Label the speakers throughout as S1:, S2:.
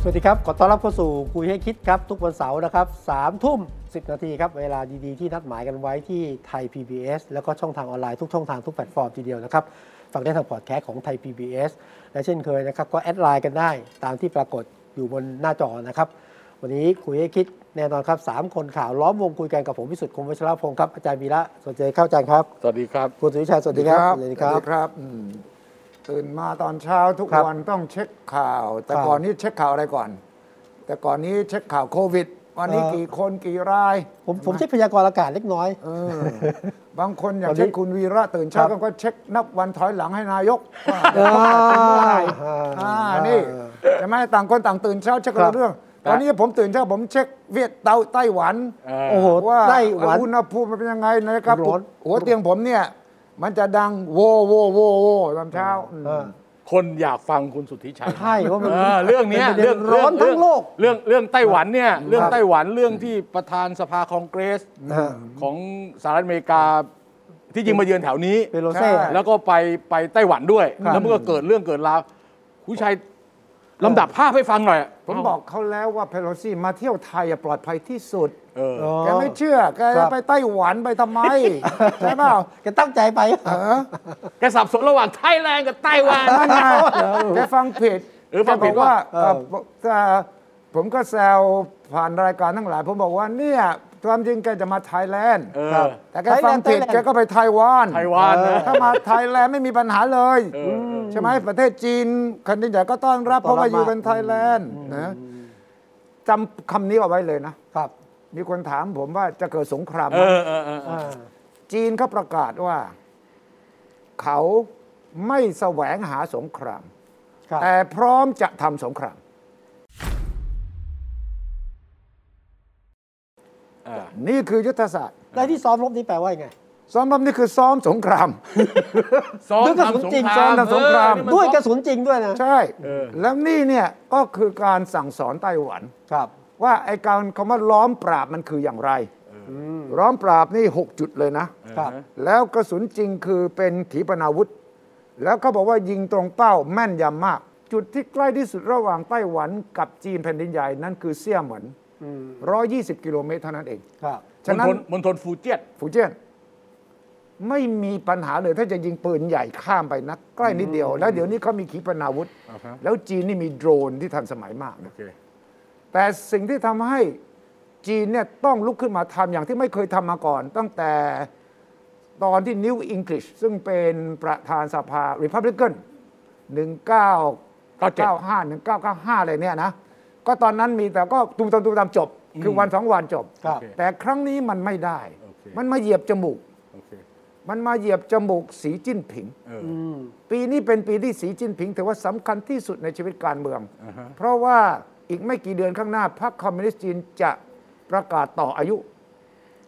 S1: สวัสดีครับ ขอต้อนรับเข้าสู่คุยให้คิดครับ ทุกวันเสาร์นะครับสามทุ่มสินาทีครับ เวลาดีๆ ที่นัดหมายกันไว้ที่ไทย PBS แล้วก็ช่องทางออนไลน์ทุกช่องทางทุกแพลตฟอร์มทีเดียวนะครับฟังได้ทางพอดแคสต์ของไทย PBS และเช่นเคยนะครับ ก็แอดไลน์กันได้ตามที่ปรากฏอยู่บนหน้าจอนะครับ วันนี้คุยให้คิดแน่นอนครับสามคนข่าวล้อมวงคุยกันกับผมพิสุทธิ์คมวัชรพงศ์ครับอาจารย์วีระสวัสดีครับอาจารย์ครับ
S2: สวัสดีครับ
S1: คุณสุวิชัยสวัสดีครับ
S3: สวัสดีครับอืมตื่นมาตอนเช้าทุก
S1: ครับ
S3: วันต้องเช็คข่าว แต่ก่อนนี้เช็คข่าวอะไรก่อน แต่ก่อนนี้เช็คข่าวโควิด วันนี้
S1: เอ่อ
S3: กี่คนกี่ราย
S1: ผมผมเช็คพยากรณ์อากาศเล็กน้อย
S3: เอ อบางคนอย่าง
S1: วันนี้
S3: เช่นคุณวีระตื่นเช้า
S1: ครับ
S3: ก็เช็คนับวันถอยหลังให้นายกว
S1: อ่า
S3: ่าเขาประกาศเป็นเมื่อไหร่
S1: อ่า
S3: อ่านี่
S1: อ่า
S3: ใช่ไหมต่างคนต่างตื่นเช้าเช็คค
S1: ครับ
S3: นละเรื่อง ตอนนี้ผมตื่นเช้าผมเช็คเวียดเตาไต้หวัน
S2: เอ่อ
S1: โอ้โห
S3: ว่า
S1: ไต้หวัน
S3: อุณหภูมิมันเป็นยังไงนะครับ
S1: ร้อน
S3: หัวเตียงผมเนี่ย มันจะดังโวโวโวโวตอนเช้าอืม
S1: เออ
S2: คนอยากฟังคุณสุทธิชัย
S1: ใช่ว่ามัน
S2: เออเรื่องเนี้ย
S1: เป็นประเด็น
S2: เรื่อง
S1: ร้อนทั้งโลก
S2: เรื่องเรื่องไต้หวันเนี่ยเรื่อง
S1: ครับ
S2: ไต้หวันเรื่องที่ประธานสภาคองเกรส
S1: นะฮะ
S2: ของสหรัฐอเมริกาที่จริงมาเยือนแถวนี้
S1: เปโลเซ่
S3: ใช่
S2: แล้วก็ไปไปไต้หวันด้วย แล้วมันก็เกิดเรื่องเกิดราวคุณชัยลำดับภาพให้ฟังหน่อย
S3: ผมบอกเขาแล้วว่าเพโลซี่มาเที่ยวไทยอะปลอดภัยที่สุด
S2: เออ
S1: อ๋อ
S3: แกไม่เชื่อ แก
S1: ครั
S3: จะ
S1: บ
S3: ไปไต้หวันไป ทำไม ใช่เปล่า
S1: แกตั้งใจไป
S3: เออ
S2: แกสับสนระหว่างไทยแลนด์กับไต้หวัน
S3: นั่นไงแกฟังผิด
S2: เออฟังผิด
S3: แกบอกว่า
S1: เออ
S3: เอ่อเอ่อผมก็แซวผ่านรายการทั้งหลาย ผมบอกว่าเนี่ยความจริงแกจะมาไทยแลนด์
S2: เออ
S3: แต่แกฟังผิดแกก็ไปไต้หวัน
S2: ไต้หวันนะ
S3: ถ้ามาไทยแลนด์ไม่มีปัญหาเลย
S2: เออเออ
S3: ใช่ไหมประเทศจีนคนใหญ่ก็ต้อนรับ
S1: ต้
S3: เพ
S1: อนรับ
S3: ราะว่าอยู่
S1: มาก
S3: เป็นไทยแลนด์นะจำคำนี้เอาไว้เลยนะ
S1: ครับ
S3: มีคนถามผมว่าจะเกิดสงครามไห
S2: เอ
S3: ม
S2: อเออเออเอ
S1: อ่า
S2: อ
S3: จีนเขาประกาศว่า เขาไม่แสวงหาสงคราม
S1: ครับ
S3: แต่พร้อมจะทำสงคราม
S2: เออ
S3: นี่คือยุทธศาสตร์
S1: แล้วที่ซ้อมรบนี้แปลว่ายังไง
S3: ซ้อมรบนี่คือซ้อมสงคราม
S2: ซ้อม
S1: นึกว่า
S2: ทำส
S1: จริง
S2: ง
S1: ๆ
S2: คราม
S3: ซ้อมทำสงคราม
S2: เออนี่น
S1: ด้วยก
S2: ซ้อ
S1: ระสุนจริงด้วยนะ
S3: ใช่
S2: เออ
S3: แล้วนี่เนี่ยก็คือการสั่งสอนไต้หวัน
S1: ครับ
S3: ว่าไอ้การคำว่าล้อมปราบมันคืออย่างไรล้อมปราบนี่ 6 จุดเลยนะ
S1: ครับ
S3: แล้วกระสุนจริงคือเป็นขีปนาวุธ แล้วเขาบอกว่ายิงตรงเป้าแม่นยำมาก จุดที่ใกล้ที่สุดระหว่างไต้หวันกับจีนแผ่นดินใหญ่นั่นคือเซี่ยเหมิน120 กิโลเมตรเท่านั้นเอง
S1: ครับ
S2: มณ
S3: ฉะนั้
S2: ฑ
S3: น
S2: ลมณฑลฟูเจียน
S3: ฟูเจียนไม่มีปัญหาเลยถ้าจะยิงปืนใหญ่ข้ามไปนะใกล้นิดเดียว แล้วเดี๋ยวนี้เขามีขีปนาวุธ
S2: อ่าฮะ
S3: แล้วจีนนี่มีโดรนที่ทันสมัยมากนะ
S2: โอเค
S3: แต่สิ่งที่ทำให้จีนเนี่ยต้องลุกขึ้นมาทำอย่างที่ไม่เคยทำมาก่อน ตั้งแต่ตอนที่นิวอิงก s ิชซึ่งเป็นประธานสภา Republican 1995 1995อะไรเนี่ยนะ ก็ตอนนั้นมีแต่ก็ตุมตามตุมตามจบ คือวันสองวันจบ
S1: ครับ
S3: แต่ครั้งนี้มันไม่ได้
S2: โอเค
S3: มันมาเหยียบจมูก
S2: โอเค
S3: มันมาเหยียบจมูกสีจิ้นผิง
S2: เออ
S3: ปีนี้เป็นปีที่สีจิ้นผิงถือว่าสำคัญที่สุดในชีวิตการเมือง
S2: อ่าฮะ
S3: เพราะว่าอีกไม่กี่เดือนข้างหน้าพรรคคอมมิวนิสต์จีนจะประกาศต่ออายุ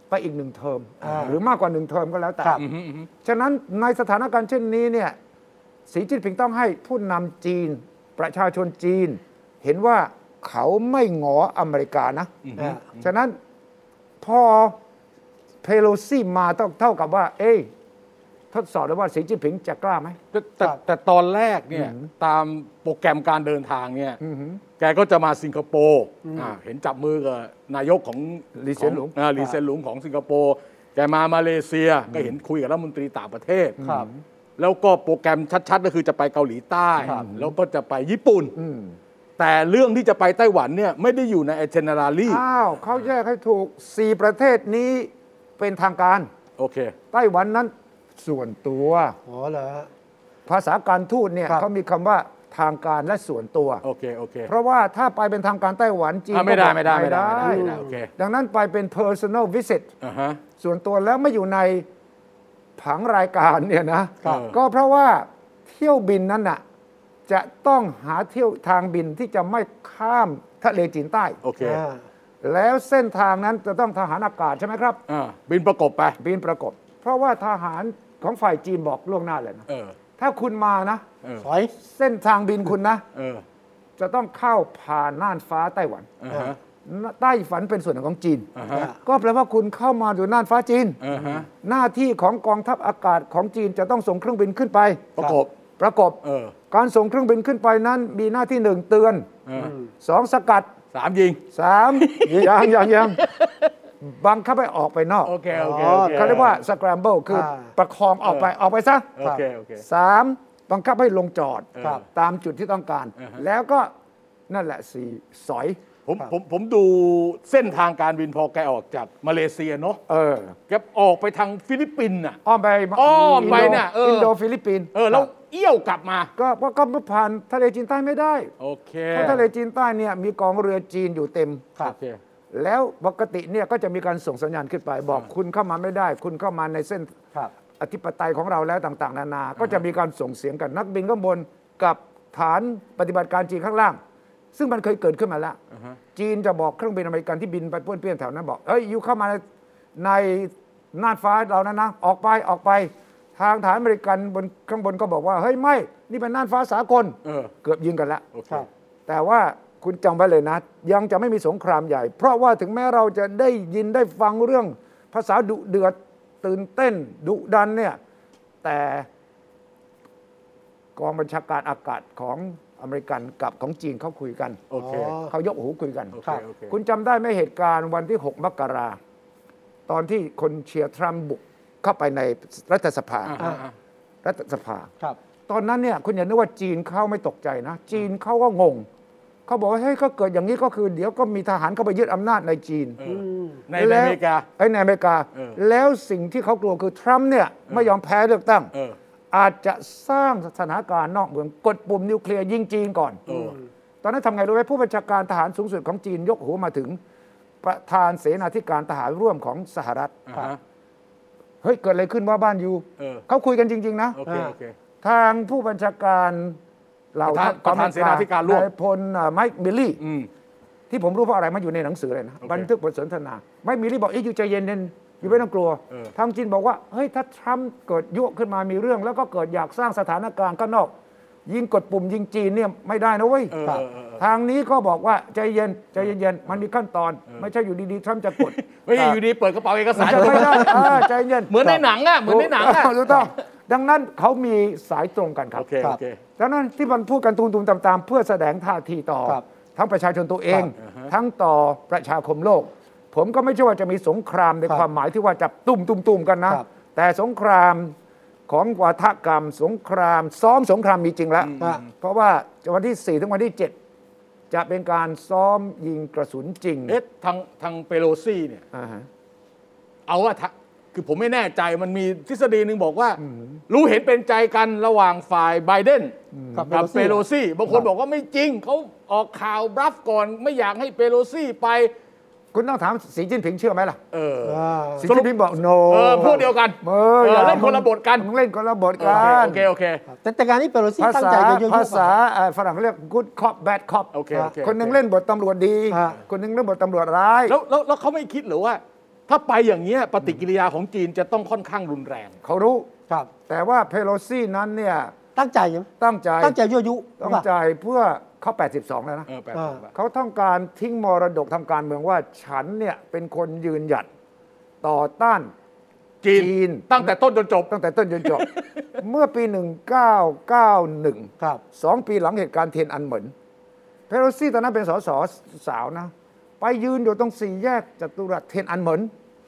S3: ไปอีกหนึ่งเทอม
S1: อ่า
S3: หรือมากกว่าหนึ่งเทอมก็แล้วแต่
S1: ครับ
S2: อือฮึอือฮึ
S3: ฉะนั้นในสถานการณ์เช่นนี้เนี่ยสีจิ้นผิงต้องให้ผู้นำจีน ประชาชนจีน เห็นว่าเขาไม่หงออเมริกานะ
S1: อ่า
S3: ฉะนั้นพอเพโลซี่มาต้องเท่ากับว่า เอ้ยทดสอบแล้วว่าสีจิ้นผิงจะกล้าไหม
S2: แต่
S1: ค
S2: แต่
S1: รับ
S2: แต่ตอนแรกเนี่ยตามโปรแกรมการเดินทางเนี่ยแกก็จะมาสิงคโปร์อ่าเห็นจับมือกับนายกของ
S3: ลีเซียนหลุง
S2: ของอ่าลีเซียนหลุงของสิงคโปร์แกมามาเลเซียก็เห็นคุยกับรัฐมนตรีต่างประเทศ
S1: ครับ
S2: แล้วก็โปรแกรมชัด ๆ ก็คือจะไปเกาหลีใต้
S1: ครับ
S2: แล้วก็จะไปญี่ปุ่น แต่เรื่องที่จะไปไต้หวันเนี่ยไม่ได้อยู่ในเอเจนดารี
S3: อ้าวเขาแยกให้ถูก 4 ประเทศนี้เป็นทางการ
S2: โอเค
S3: ไต้หวันนั้นส่วนตัว
S1: อ๋อเหรอฮะ
S3: ภาษาการทูตเนี่ย
S1: ครับ
S3: เขามีคำว่าทางการและส่วนตัว
S2: โอเค โอเค
S3: เพราะว่าถ้าไปเป็นทางการไต้หวันจีน
S2: อ่ะไม่ได้
S3: ก็บอก
S2: ไม่ได้ไม่ได้
S3: ไ
S2: ไม่ได้ไม่
S3: ม่
S2: ได้
S3: ได้
S2: โอเค
S3: ดังนั้นไปเป็น personal visit
S2: อ่าฮะ
S3: ส่วนตัวแล้วไม่อยู่ในผังรายการเนี่ยนะครับ ก็เพราะว่าเที่ยวบินนั้นน่ะจะต้องหาเที่ยวทางบินที่จะไม่ข้ามทะเลจีนใต้
S2: โอเค
S1: อ่า
S3: แล้วเส้นทางนั้นจะต้องทหารอากาศใช่ไหมครับ
S2: อ่าบินประกบไป
S3: บินประกบ เพราะว่าทหารของฝ่ายจีนบอกล่วงหน้าเลยนะ
S2: เออ
S3: ถ้าคุณมานะ
S2: เออ
S1: ถอย
S3: เส้นทางบินคุณนะ
S2: เออ
S3: จะต้องเข้าผ่านน่านฟ้าไต้หวัน
S2: อ่าฮะ
S3: ไต้หวันเป็นส่วนหนึ่งของจีน
S2: อ่าฮะ
S3: ก็แปลว่าคุณเข้ามาอยู่น่านฟ้าจีน
S2: อ่าฮะ
S3: หน้าที่ของกองทัพอากาศของจีนจะต้องส่งเครื่องบินขึ้นไป
S2: ประกบ
S3: ประกบ
S2: เออ
S3: การส่งเครื่องบินขึ้นไปนั้น มีหน้าที่หนึ่งเตือน
S2: เออ
S3: สองสกัด
S2: สามยิง
S3: สามยังยังยังบังคับให้ออกไปนอก
S2: โอเค โอเคโอค
S3: เขาเรียกว่าสครัมเบิลคืออา ประคองออกไปออกไปซะ
S2: โอเค โอเค
S3: สามบังคับให้ลงจอด
S2: ครับ
S3: ตามจุดที่ต้องการ แล้วก็นั่นแหละสี่สอย
S2: ผมผมผมดูเส้นทางการบินพอแกออกจากมาเลเซียเนาะ
S3: เออ
S2: แกออกไปทางฟิลิปปินส์น่ะ
S3: อ้อมไป
S2: อ้อมไปน่ะเอออิ
S3: นโดฟิลิปปินส์
S2: เออ แล้วเอี้ยวกลับมา
S3: ก็เพราะก็ผ่านทะเลจีนใต้ไม่ได้
S2: โอเค
S3: เพราะทะเลจีนใต้เนี่ยมีกองเรือจีนอยู่เต็ม
S2: ครับโอเค
S3: แล้วปกติเนี่ยก็จะมีการส่งสัญญาณขึ้นไป บอกคุณเข้ามาไม่ได้ คุณเข้ามาในเส้น
S1: ครับ
S3: อธิปไตยของเราแล้วต่าง ๆ นานา ก็จะมีการส่งเสียงกันนักบินข้างบนกับฐานปฏิบัติการจีนข้างล่าง ซึ่งมันเคยเกิดขึ้นมาแล้ว จีนจะบอกเครื่องบินอเมริกันที่บินไปป้วนเปี้ยนแถวนั้นบอกเฮ้ยอยู่เข้ามาในในน่านฟ้าเรานะนะออกไปออกไปทางฐานอเมริกันบนข้างบนก็บอกว่าเฮ้ยไม่นี่เป็นน่านฟ้าสากล
S2: เออ
S3: เกือบยิงกันแล้ว
S2: โอเค
S1: ครับ
S3: แต่ว่าคุณจำไว้เลยนะ ยังจะไม่มีสงครามใหญ่ เพราะว่าถึงแม้เราจะได้ยินได้ฟังเรื่องภาษาดุเดือดตื่นเต้น ดุดันเนี่ย แต่กองบัญชาการอากาศของอเมริกันกับของจีนเขาคุยกัน
S2: โอเค
S1: อ๋อ
S3: เขายกหูคุยกัน
S2: โอเค โอเค
S3: คุณจำได้ไหมเหตุการณ์วันที่ 6 มกรา ตอนที่คนเชียร์ทรัมป์บุกเข้าไปในรัฐสภา
S2: อ่าฮะอ่า
S3: รัฐสภา
S1: ครับ
S3: ตอนนั้นเนี่ยคุณอย่านึกว่าจีนเข้าไม่ตกใจนะ จีนเขาก็งง เขาบอกว่าเฮ้ยก็เกิดอย่างนี้ก็คือเดี๋ยวก็มีทหารเข้าไปยึดอำนาจในจีน
S2: เออในในอเมริกา
S3: ไอ้ยในอเมริกา
S2: เออ
S3: แล้วสิ่งที่เขากลัวคือทรัมป์เนี่ยไม่ยอมแพ้เลือกตั้ง
S2: เออ
S3: อาจจะสร้างสถานการณ์นอกเมืองกดปุ่มนิวเคลียร์ยิงจีนก่อน
S2: เออ
S3: ตอนนั้นทำไงรู้ไหมผู้บัญชาการทหารสูงสุดของจีนยกหูมาถึง ประธานเสนาธิการทหารร่วมของสหรัฐ
S2: อ่าฮะ
S3: เฮ้ยเกิดอะไรขึ้นว่าบ้านอยู่
S2: เออ
S3: เขาคุยกันจริง ๆ นะ
S2: โอเค โอเค
S3: ทางผู้บัญชาการเหล่าทัพ
S2: ประธานประธาน
S3: อมก
S2: เสนาธิการร่วม
S3: ยพลไมค์มิลลี่อ Mike Milley
S2: อืม
S3: ที่ผมรู้เพราะอะไรมันอยู่ในหนังสือเลยนะ
S2: โอเค
S3: บันทึกบทสนทนา ไมค์มิลลี่บอกเอ๊ะอยู่ใจเย็นเนๆอยู่ไม่ต้องกลัว
S2: เออ
S3: ทางจีนบอกว่า เฮ้ย ถ้าทรัมป์เกิดยุขึ้นมามีเรื่อง แล้วก็เกิดอยากสร้างสถานการณ์ข้างนอก ยิงกดปุ่มยิงจีนเนี่ยไม่ได้นะเว้ย
S2: เออเออเออ
S3: ทางนี้ก็บอกว่าใจเย็นใจเย็นๆมันมีขั้นตอน ไม่ใช่อยู่ดีๆทรัมป์จะ กด
S2: เฮ้ยอยู่ดีเปิดกระเป๋าเอกสาร
S3: จะไม่ได้เออใจเย็น
S2: เหมือนในหนังอะเหมือนในหนังอะ
S3: ถูกต้องดังนั้นเขามีสายตรงกันครับ
S2: โอเค
S1: ครั
S2: โอบ เค
S3: ดังนั้นที่มันพูดกันตูมๆตามๆ เพื่อแสดงท่าทีต่อ
S1: ครับ
S3: ทั้งประชาชนตัวเอง
S1: ครับ
S2: อ่าฮะ
S3: ทั้งต่อประชาคมโลก ผมก็ไม่เชื่อว่าจะมีสงครามใน
S1: ครับ
S3: ความหมายที่ว่าจับตุ่มตุ่มตุ่มๆๆกันนะ
S1: ครับ
S3: แต่สงครามของวัฒกรรม สงคราม ซ้อมสงครามมีจริงแล้ว
S1: อ่ะ
S3: เพราะว่าวันที่ 4 ถึงวันที่ 7 จะเป็นการซ้อมยิงกระสุนจริง
S2: เอ๊ะทางทางเปโลซี่เนี่ย
S3: อ่าฮะ
S2: เอาว่าทะคือผมไม่แน่ใจมันมีทฤษฎีหนึ่งบอกว่า รู้เห็นเป็นใจกันระหว่างฝ่ายไบเดน
S1: กับ
S2: กับเป
S1: เป
S2: โล
S1: โลซี่
S2: ซี่บางคนบอกว่าไม่จริง เขาออกข่าวบลัฟก่อนไม่อยากให้เปโลซี่ไป
S3: คุณต้องถามสีจิ้นผิงเชื่อไหมล่ะ
S2: เออ
S1: อ่า
S3: สีจิ้นผิงบอก no
S2: เออพวกเดียวกัน
S3: เออ
S2: เออ
S3: อย่า
S2: เล่นคนละบทกัน
S3: มึงเล่นคนละบท
S2: โอ
S3: กั
S2: เคน โอเคโอเค
S1: ครับแต่แต่การนี้เปโลซี่
S3: ภา
S1: ตั้ง
S3: ษา
S1: ใจจะยั่วยุ
S3: ภาษา
S1: ป่ะ
S3: เอ่อฝรั่งเรียก good cop bad cop
S2: โอเคโอเค
S3: คนหนึ่งเล่นบทตำรวจดี
S1: ฮะ
S3: คนหนึ่งเล่นบทตำรวจร้าย
S2: แล้วแล้วแล้วเขาไม่คิดเหรือว่า ถ้าไปอย่างเงี้ยปฏิกิริยาของจีนจะต้องค่อนข้างรุนแรง
S3: เขารู้
S1: ครับ
S3: แต่ว่าเพโลซี่นั้นเนี่ย
S1: ตั้งใจใช่ไหม
S3: ตั้งใจ
S1: ตั้งใจยั่วยุ
S3: ตั้ง
S1: ป่ะ
S3: ใจเพื่อเขา 82 แล้วนะ
S2: เออแปล
S1: อ่า
S2: ว่า
S3: เขาต้องการทิ้งมรดกทางการเมืองว่าฉันเนี่ย เป็นคนยืนหยัดต่อต้าน
S2: จี
S3: จี
S2: น
S3: น
S2: ตั้งแต่ต้นจนจบ
S3: ตั้งแต่ต้นจนจบ เมื่อปี 1991
S1: ครับ
S3: สองปีหลังเหตุการณ์เทียนอันเหมินเพโลซี่ตอนนั้นเป็นสสสาวนะ ไปยืนอยู่ตรงสี่แยกจตุรัสเทียนอันเหมิน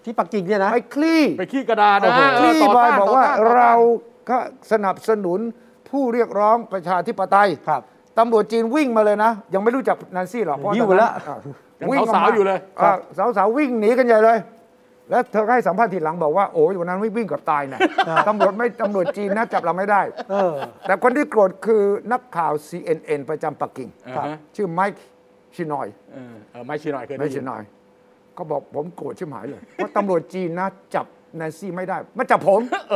S1: ที่ปักกิ่งเนี่ยนะ
S3: ไปคลี่
S2: ไปขี้กระดาษนะ
S3: ค
S2: เ
S3: ลี่บอย
S2: ต้น
S3: บอกว่า
S2: ต่ต้นต่ต้น
S3: เราก็สนับสนุนผู้เรียกร้องประชาธิปไตย
S1: ครับ
S3: ตำรวจจีนวิ่งมาเลยนะ ยังไม่รู้จักนันซี่หรอกเพราะ
S1: หิ้ว
S3: ตอนนั้น
S1: ละ
S3: อ่ะ
S2: ยัง
S3: กม
S2: สาวๆอยู่เลย
S3: อ่ะสาวๆวิ่งหนีกันใหญ่เลย แล้วเธอก็ให้สัมภาษณ์ทีหลังบอกว่าโอ้ยวันนั้นวิ่งวิ่งกับตายนะตำรวจไม่ตำรวจจีนนะจับเราไม่ได้
S1: เออ
S3: แต่คนที่โกรธคือนักข่าว CNN ประจำปักกิ่ง
S2: อ่าฮะ
S3: ชื่อไมค์ชินอย
S2: เออเออไม่ชินหน่อยเคย
S3: ไม่
S2: ได้ยิ
S3: ชิ
S2: น
S3: นอยเขาบอกผมโกรธชิบหาย เลย เพราะตำรวจจีนนะจับแนนซี่ไม่ได้มาจับผมเ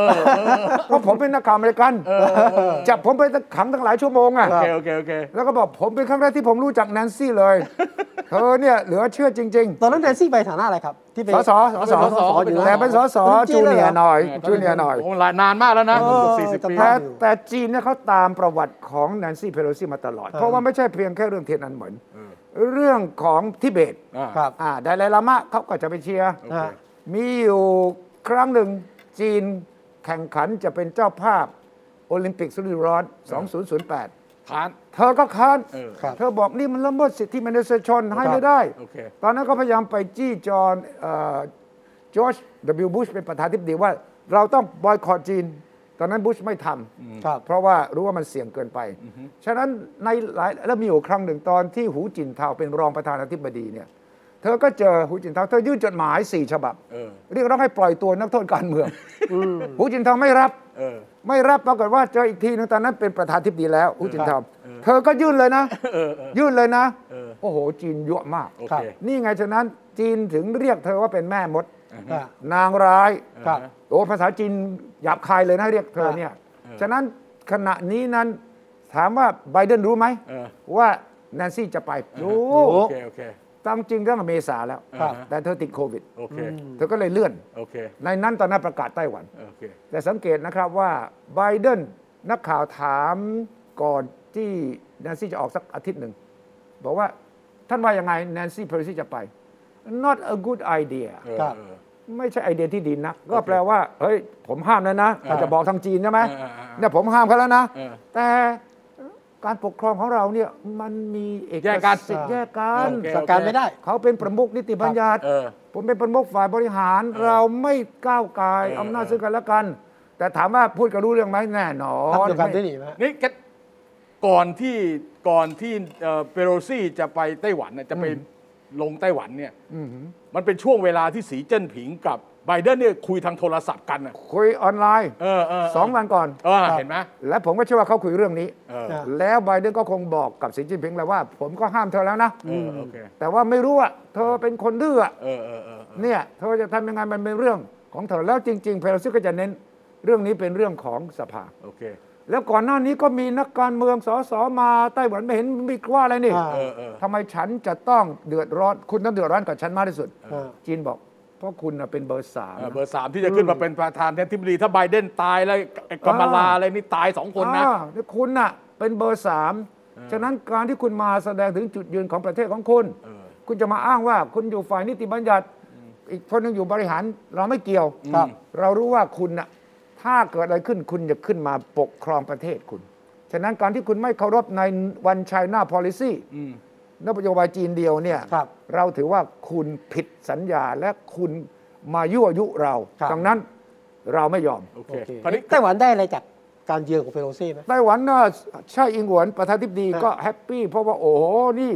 S3: พราะผมเป็นนักข่าวอเมริกันจับผมไปขังตั้งหลายชั่วโมงอ่ะ
S2: โอเคโอเคโอเค
S3: แล้วก็บอกผมเป็นครั้งแรกที่ผมรู้จักแนนซี่เลย เธอเนี่ยเหลือเชื่อจริง
S1: ตอนนั้นแนนซี่ไปฐานะอะไรครับ ที่ไป
S3: ๆ สสสส
S2: เป็นสส
S1: อยู่
S3: แต่เป็นสสจูเนียร์หน่อย
S2: แหม่
S3: จูเนียร์หน่อย
S2: โอ้หลายนานมากแล้วนะ
S1: เออ
S2: สี่สิบปี
S3: แต่แต่จีนเนี่ยเขาตามประวัติของแนนซี่เพโลซีมาตลอด เพราะว่าไม่ใช่เพียงแค่เรื่องเทียนอันเหมือน
S2: เออ
S3: เรื่องของทิเบต
S2: อ่า
S1: ครับ
S3: อ่าไดไลลามะเขาก็จะไปเชียร์
S2: โอเค
S1: ฮะ
S3: มีอยู่ครั้งหนึ่งจีนแข่งขันจะเป็นเจ้าภาพโอลิมปิกสุริร้อน 2008
S2: ผ่าน
S3: เธอก็ค้าน
S2: เออ
S1: ครับ
S3: เธอบอกนี่มันละเมิดสิทธิมนุษยชนให้ไม่ได้
S2: โอเค
S3: ตอนนั้นก็พยายามไปจี้จอห์นจอร์จวบุชเป็นประธานทิบดีว่า เราต้องบอยคอรจีน ตอนนั้นบุชไม่ทำ
S1: ครับ
S3: เพราะว่ารู้ว่ามันเสี่ยงเกินไป ฉะนั้นในหลายแล้วมีอยู่ครั้งหนึ่งตอนที่หูจินเทาเป็นรองประธานาธิบดีเนี่ยเธอก็เจอหูจินเทาเธอยื่นจดหมายสี่ฉบับ
S2: เออ
S3: เรียกร้องให้ปล่อยตัวนักโทษการเมืองหูจินเทาไม่รับ
S2: เออ
S3: ไม่รับปรากฏว่าเจออีกทีหนึงตอนนั้นเป็นประธานทิบดีแล้วหูจินเทาเธอก็ยื่นเลยนะ ยื่นเลยนะ โอ้โห จีนยั่วมาก
S2: โอ
S1: ครั
S2: เค
S1: บ
S3: นี่ไงฉะนั้นจีนถึงเรียกเธอว่าเป็นแม่มด
S1: อ่า
S3: นางร้าย
S1: ครับ
S3: โอ้ภาษาจีนหยาบคายเลยนะเรียกเธอเนี่ยฉะนั้นขณะนี้นั้นถามว่าไบเดนรู้ไหม
S2: เออ
S3: ว่าแนนซี่จะไปรู้
S1: รู้
S2: โอเค โอเค
S3: ตามจริงตั้งแต่เมษาแล้ว
S1: ครับ
S3: แต่เธอติดโควิด
S2: โอเค
S3: เธอก็เลยเลื่อน
S2: โอเค
S3: ในนั้นตอนนั้นประกาศไต้หวัน
S2: โอเค
S3: แต่สังเกตนะครับว่าไบเดนนักข่าวถามก่อนที่แนนซี่จะออกสักอาทิตย์หนึ่ง บอกว่าท่านว่ายังไงแนนซี่เพ o ซีจะไป not a good idea
S2: เออ
S1: ครับ
S2: เออ
S3: ไม่ใช่ไอเดียที่ดีนัก ก็แปลว่า เฮ้ย ผมห้ามแล้วนะอาจจะบอกทางจีนใช่ไหม
S2: เออเออเออ
S3: เนี่ยผมห้ามเขาแล้วนะ
S2: เออ
S3: แต่การปกครองของเราเนี่ยมันมีเอก
S2: แยกกัน
S3: สิทธิ์แยกกัน
S2: โอเค
S1: สั่งการไม่ได้
S3: เขาเป็นประมุขนิติบัญญัติ
S2: เออ
S3: ผมเป็นประมุขฝ่ายบริหารเราไม่ก้าวไกาย
S2: เออ
S3: อำนาจซึ่งกันและกัน แต่ถามว่าพูดกันรู้เรื่องไหมแน่นอ
S1: พัก
S3: น
S1: เดียวกัน
S3: ไม่
S1: ได้หนีไหมฮะ
S2: นี่แกก่อนที่ก่อนที่เอ่อเปโรซี่จะไปไต้หวันน่ะจะไปลงไต้หวันเนี่ยมันเป็นช่วงเวลาที่สีเจิ้นผิงกับไบเดนเนี่ยคุยทางโทรศัพท์กันอ่ะ
S3: คุยออนไลน์
S2: เออเออเ
S3: สองวันก่อน
S2: เออเห็นไหม
S3: และผมก็เชื่อว่าเขาคุยเรื่องนี้
S2: เออ
S1: ครับ
S3: แล้วไบเดนก็คงบอกกับสีจิ้นผิงแล้วว่า ผมก็ห้ามเธอแล้วนะ
S2: เออโอเค
S3: แต่ว่าไม่รู้ว่าเธอเป็นคนดื้ออะ
S2: เออเออเออเออ
S3: เนี่ยเธอจะทำยังไงมันเป็นเรื่องของเธอแล้วจริง ๆ เพโลซี่ก็จะเน้นเรื่องนี้เป็นเรื่องของสภา
S2: โอเค
S3: แล้วก่อนหน้านี้ก็มีนักการเมืองสสมาไต้หวันไม่เห็นมีว่าอะไรนี่
S1: อ่า
S2: เออเออ
S3: ทำไมฉันจะต้องเดือดร้อน คุณต้องเดือดร้อนกับฉันมากที่สุด
S1: เออ
S3: จีนบอก เพราะคุณน่ะเป็นเบอร์สาม
S2: เออเบอร์สามที่จะขึ้นมาเป็นประธานแทนทิบดีถ้าไบเดนตายแล้วไอ้กำมะลาอะไรนี่ตายสองคนนะ
S3: อ่าแล้วคุณน่ะเป็นเบอร์สามฉะนั้นการที่คุณมาแสดงถึงจุดยืนของประเทศของคุณ
S2: เออ
S3: คุณจะมาอ้างว่าคุณอยู่ฝ่ายนิติบัญญัติ อีกคนหนึงอยู่บริหารเราไม่เกี่ยว
S1: ครับ
S3: เรารู้ว่าคุณน่ะถ้าเกิดอะไรขึ้นคุณจะขึ้นมาปกครองประเทศคุณ ฉะนั้นการที่คุณไม่เคารพในวันไชน่าพ olicy
S2: อืม
S3: นโยบายจีนเดียวเนี่ย
S1: ครับ
S3: เราถือว่าคุณผิดสัญญาและคุณมายั่วยุเรา
S1: ครับ
S3: ดังนั้นเราไม่ยอม
S2: โอเค
S1: โอเค
S2: คราวนี้
S1: ไต้หวันได้อะไรจากการเยือนของเปโลซี่ไหม
S3: ไต้หวันน่ะใช่อิงหวนประธานาธิบดี
S1: ครับ
S3: ก็แฮปปี้เพราะว่าโอ้โหนี่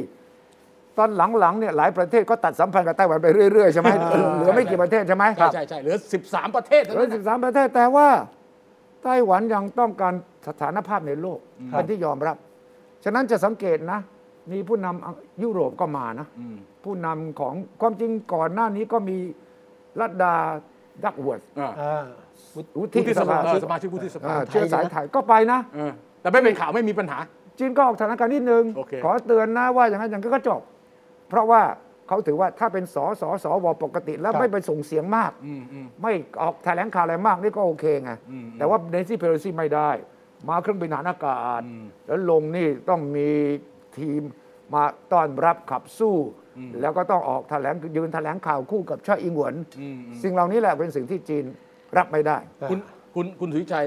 S3: ตอนหลังๆเนี่ยหลายประเทศก็ตัดสัมพันธ์กับไต้หวันไปเรื่อยๆใช่ไหมเหลือไม่กี่ประเทศใช่ไหม
S2: ใช่ใช่ใช่เหลือ 13 ประเทศ
S3: เห
S2: เท่า
S3: ลือ
S2: นั้น
S3: สิ
S2: น่ะ
S3: บสามประเทศแต่ว่าไต้หวันยังต้องการสถานภาพในโลกเป็นที่ยอมรับ ฉะนั้นจะสังเกตนะ มีผู้นำยุโรปก็มานะ
S2: อืม
S3: ผู้นำของความจริงก่อนหน้านี้ก็มีรัตดาดักเวิร์ด
S2: อ่า
S1: อ่า
S3: วุ
S2: ผู้ที่สภา
S3: ชิก
S2: สมาชิกผู้ที่สภา
S3: อ่า
S1: ไทยนะ
S3: เชื้อสายไทยก็ไปนะ
S2: เออแต่ไม่เป็นข่าวไม่มีปัญหา
S3: จีนก็ออกสถานการณ์นิดนึง
S2: โอเค
S3: ขอเตือนนะว่าอย่างนั้นอย่างนั้นก็จบ เพราะว่าเขาถือว่าถ้าเป็นสสสวปกติ แล้ว
S1: ครับ
S3: ไม่ไปส่งเสียงมาก
S2: อืมอืม
S3: ไม่ออกแถลงข่าวอะไรมากนี่ก็โอเคไง
S2: อืม
S3: แต่ว่าเนซี่เพโลซีไม่ได้ มาเครื่องบินหานอากาศ
S2: อืม
S3: แล้วลงนี่ต้องมีทีมมาต้อนรับขับสู้ แล้วก็ต้องออกแถลงยืนแถลงข่าวคู่กับชาอิงหวน
S2: อืมอืม
S3: สิ่งเหล่านี้แหละเป็นสิ่งที่จีนรับไม่ได้
S2: คุณคุณคุณสุวิชัย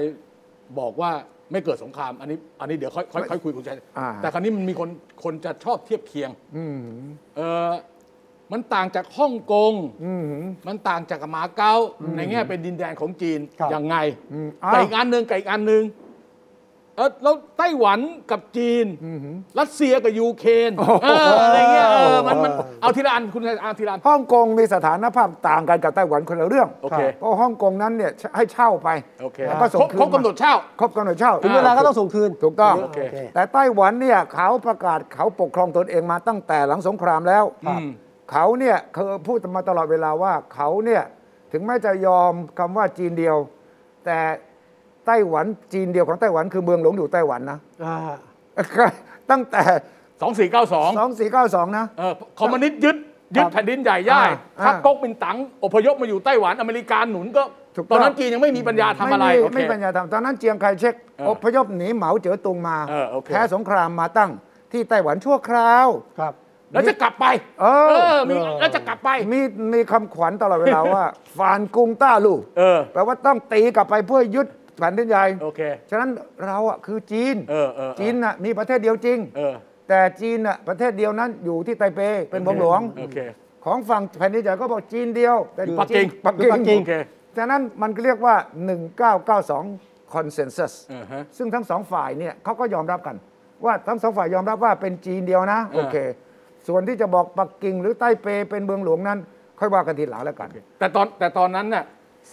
S2: บอกว่าไม่เกิดสงคราม อันนี้ อันนี้เดี๋ยวค่อยค่อยค่อยคุยคุณชัย
S3: อ่า
S2: แต่คราวนี้มันมีคนคนจะชอบเทียบเคียงเออมันต่างจากฮ่องกงมันต่างจากหมาเก๊าในแง่เป็นดินแดนของจีน
S1: ครับ
S2: ยังไง
S3: อ้าว
S2: แต่อีกอันหนึ่งกับอีกอันหนึ่งเออแล้วไต้หวันกับจีนรัสเซียกับยูเครนเอออะไรเงี้ยเออมันมันเอาทีละอันคุณชัยเอาทีละอัน
S3: ฮ่องกงมีสถานภาพต่างกันกับไต้หวันคนละเรื่อง
S2: โอเค
S3: เพราะฮ่องกงนั้นเนี่ยให้เช่าไป
S2: โอเค
S3: แล้วก็ส่ง
S2: ครบ
S3: คืน
S2: ครบ
S3: มา
S2: กำหนดเช่า
S3: ครบกำหนดเช่า
S1: ถึงเวลาก็ต้องส่งคืน
S3: ถูกต้อง
S2: โอเค
S3: แต่ไต้หวันเนี่ยเขาประกาศเขาปกครองตนเองมาตั้งแต่หลังสงครามแล้ว
S2: อืม
S3: เขาเนี่ยเคยพูดมาตลอดเวลาว่าเขาเนี่ยถึงแม้จะยอมคำว่าจีนเดียว แต่ไต้หวันจีนเดียวของไต้หวันคือเมืองหลวงอยู่ไต้หวันนะ
S1: อ่า
S3: ตั้งแต่
S2: สองสี่เก้าสอง
S3: สองสี่เก้าสองนะ
S2: เออคอมมิวนิสต์ยึดยึดแผ่นดินใหญ่ย่ายพ
S3: อ่า
S2: รรค
S3: อ่า
S2: ก๊กมินตั๋งอพยพมาอยู่ไต้หวันอเมริกาหนุนก็
S3: ถูก
S2: ตอนนั้
S3: ต้
S2: น
S3: อง
S2: จีนยังไม่มีปัญญาทำอะไร
S3: ม่มี
S2: โอเค
S3: ไม่มีปัญญาทำตอนนั้นเจียงไคเชก
S2: เออ
S3: อพยพหนีเหมาเจ๋อตุงมา
S2: เออโอเค
S3: แพ้สงครามมาตั้งที่ไต้หวันชั่วคราว
S1: ครับ
S2: แล้วจะกลับไป
S3: เออ
S2: มีแล้วจะกลับไป
S3: มีมีคำขวัญตลอดเวลา ว่า ฟานกรุงต้าลู่
S2: เออ
S3: แปลว่าต้องตีกลับไปเพื่อยึดแผ่นดินใหญ่
S2: โอเค
S3: ฉะนั้นเราอ่ะคือจีน
S2: เออเออเออ
S3: จีนน่ะมีประเทศเดียวจริง
S2: เออ
S3: แต่จีนน่ะประเทศเดียวนั้นอยู่ที่ไทเปเป็นเมืองหลวง
S2: โอเค
S3: ของฝั่งแผ่นดินใหญ่ก็บอกจีนเดียวแต่
S2: ปักกิ่ง
S3: ปัก
S1: ปักกิ่
S3: กิ่
S1: ง
S3: ง
S2: โอเค
S3: ฉะนั้นมันก็เรียกว่า 1992 consensus
S2: เออฮะ
S3: ซึ่งทั้งสองฝ่ายเนี่ยเขาก็ยอมรับกัน ว่าทั้งสองฝ่ายยอมรับว่าเป็นจีนเดียวนะ
S2: เออ
S3: โอเค ส่วนที่จะบอกปักกิ่งหรือไต้เปเป็นเมืองหลวงนั้น ค่อยว่ากันทีหลังแล้วกัน
S2: แต่ตอนแต่ตอนนั้นน่ะ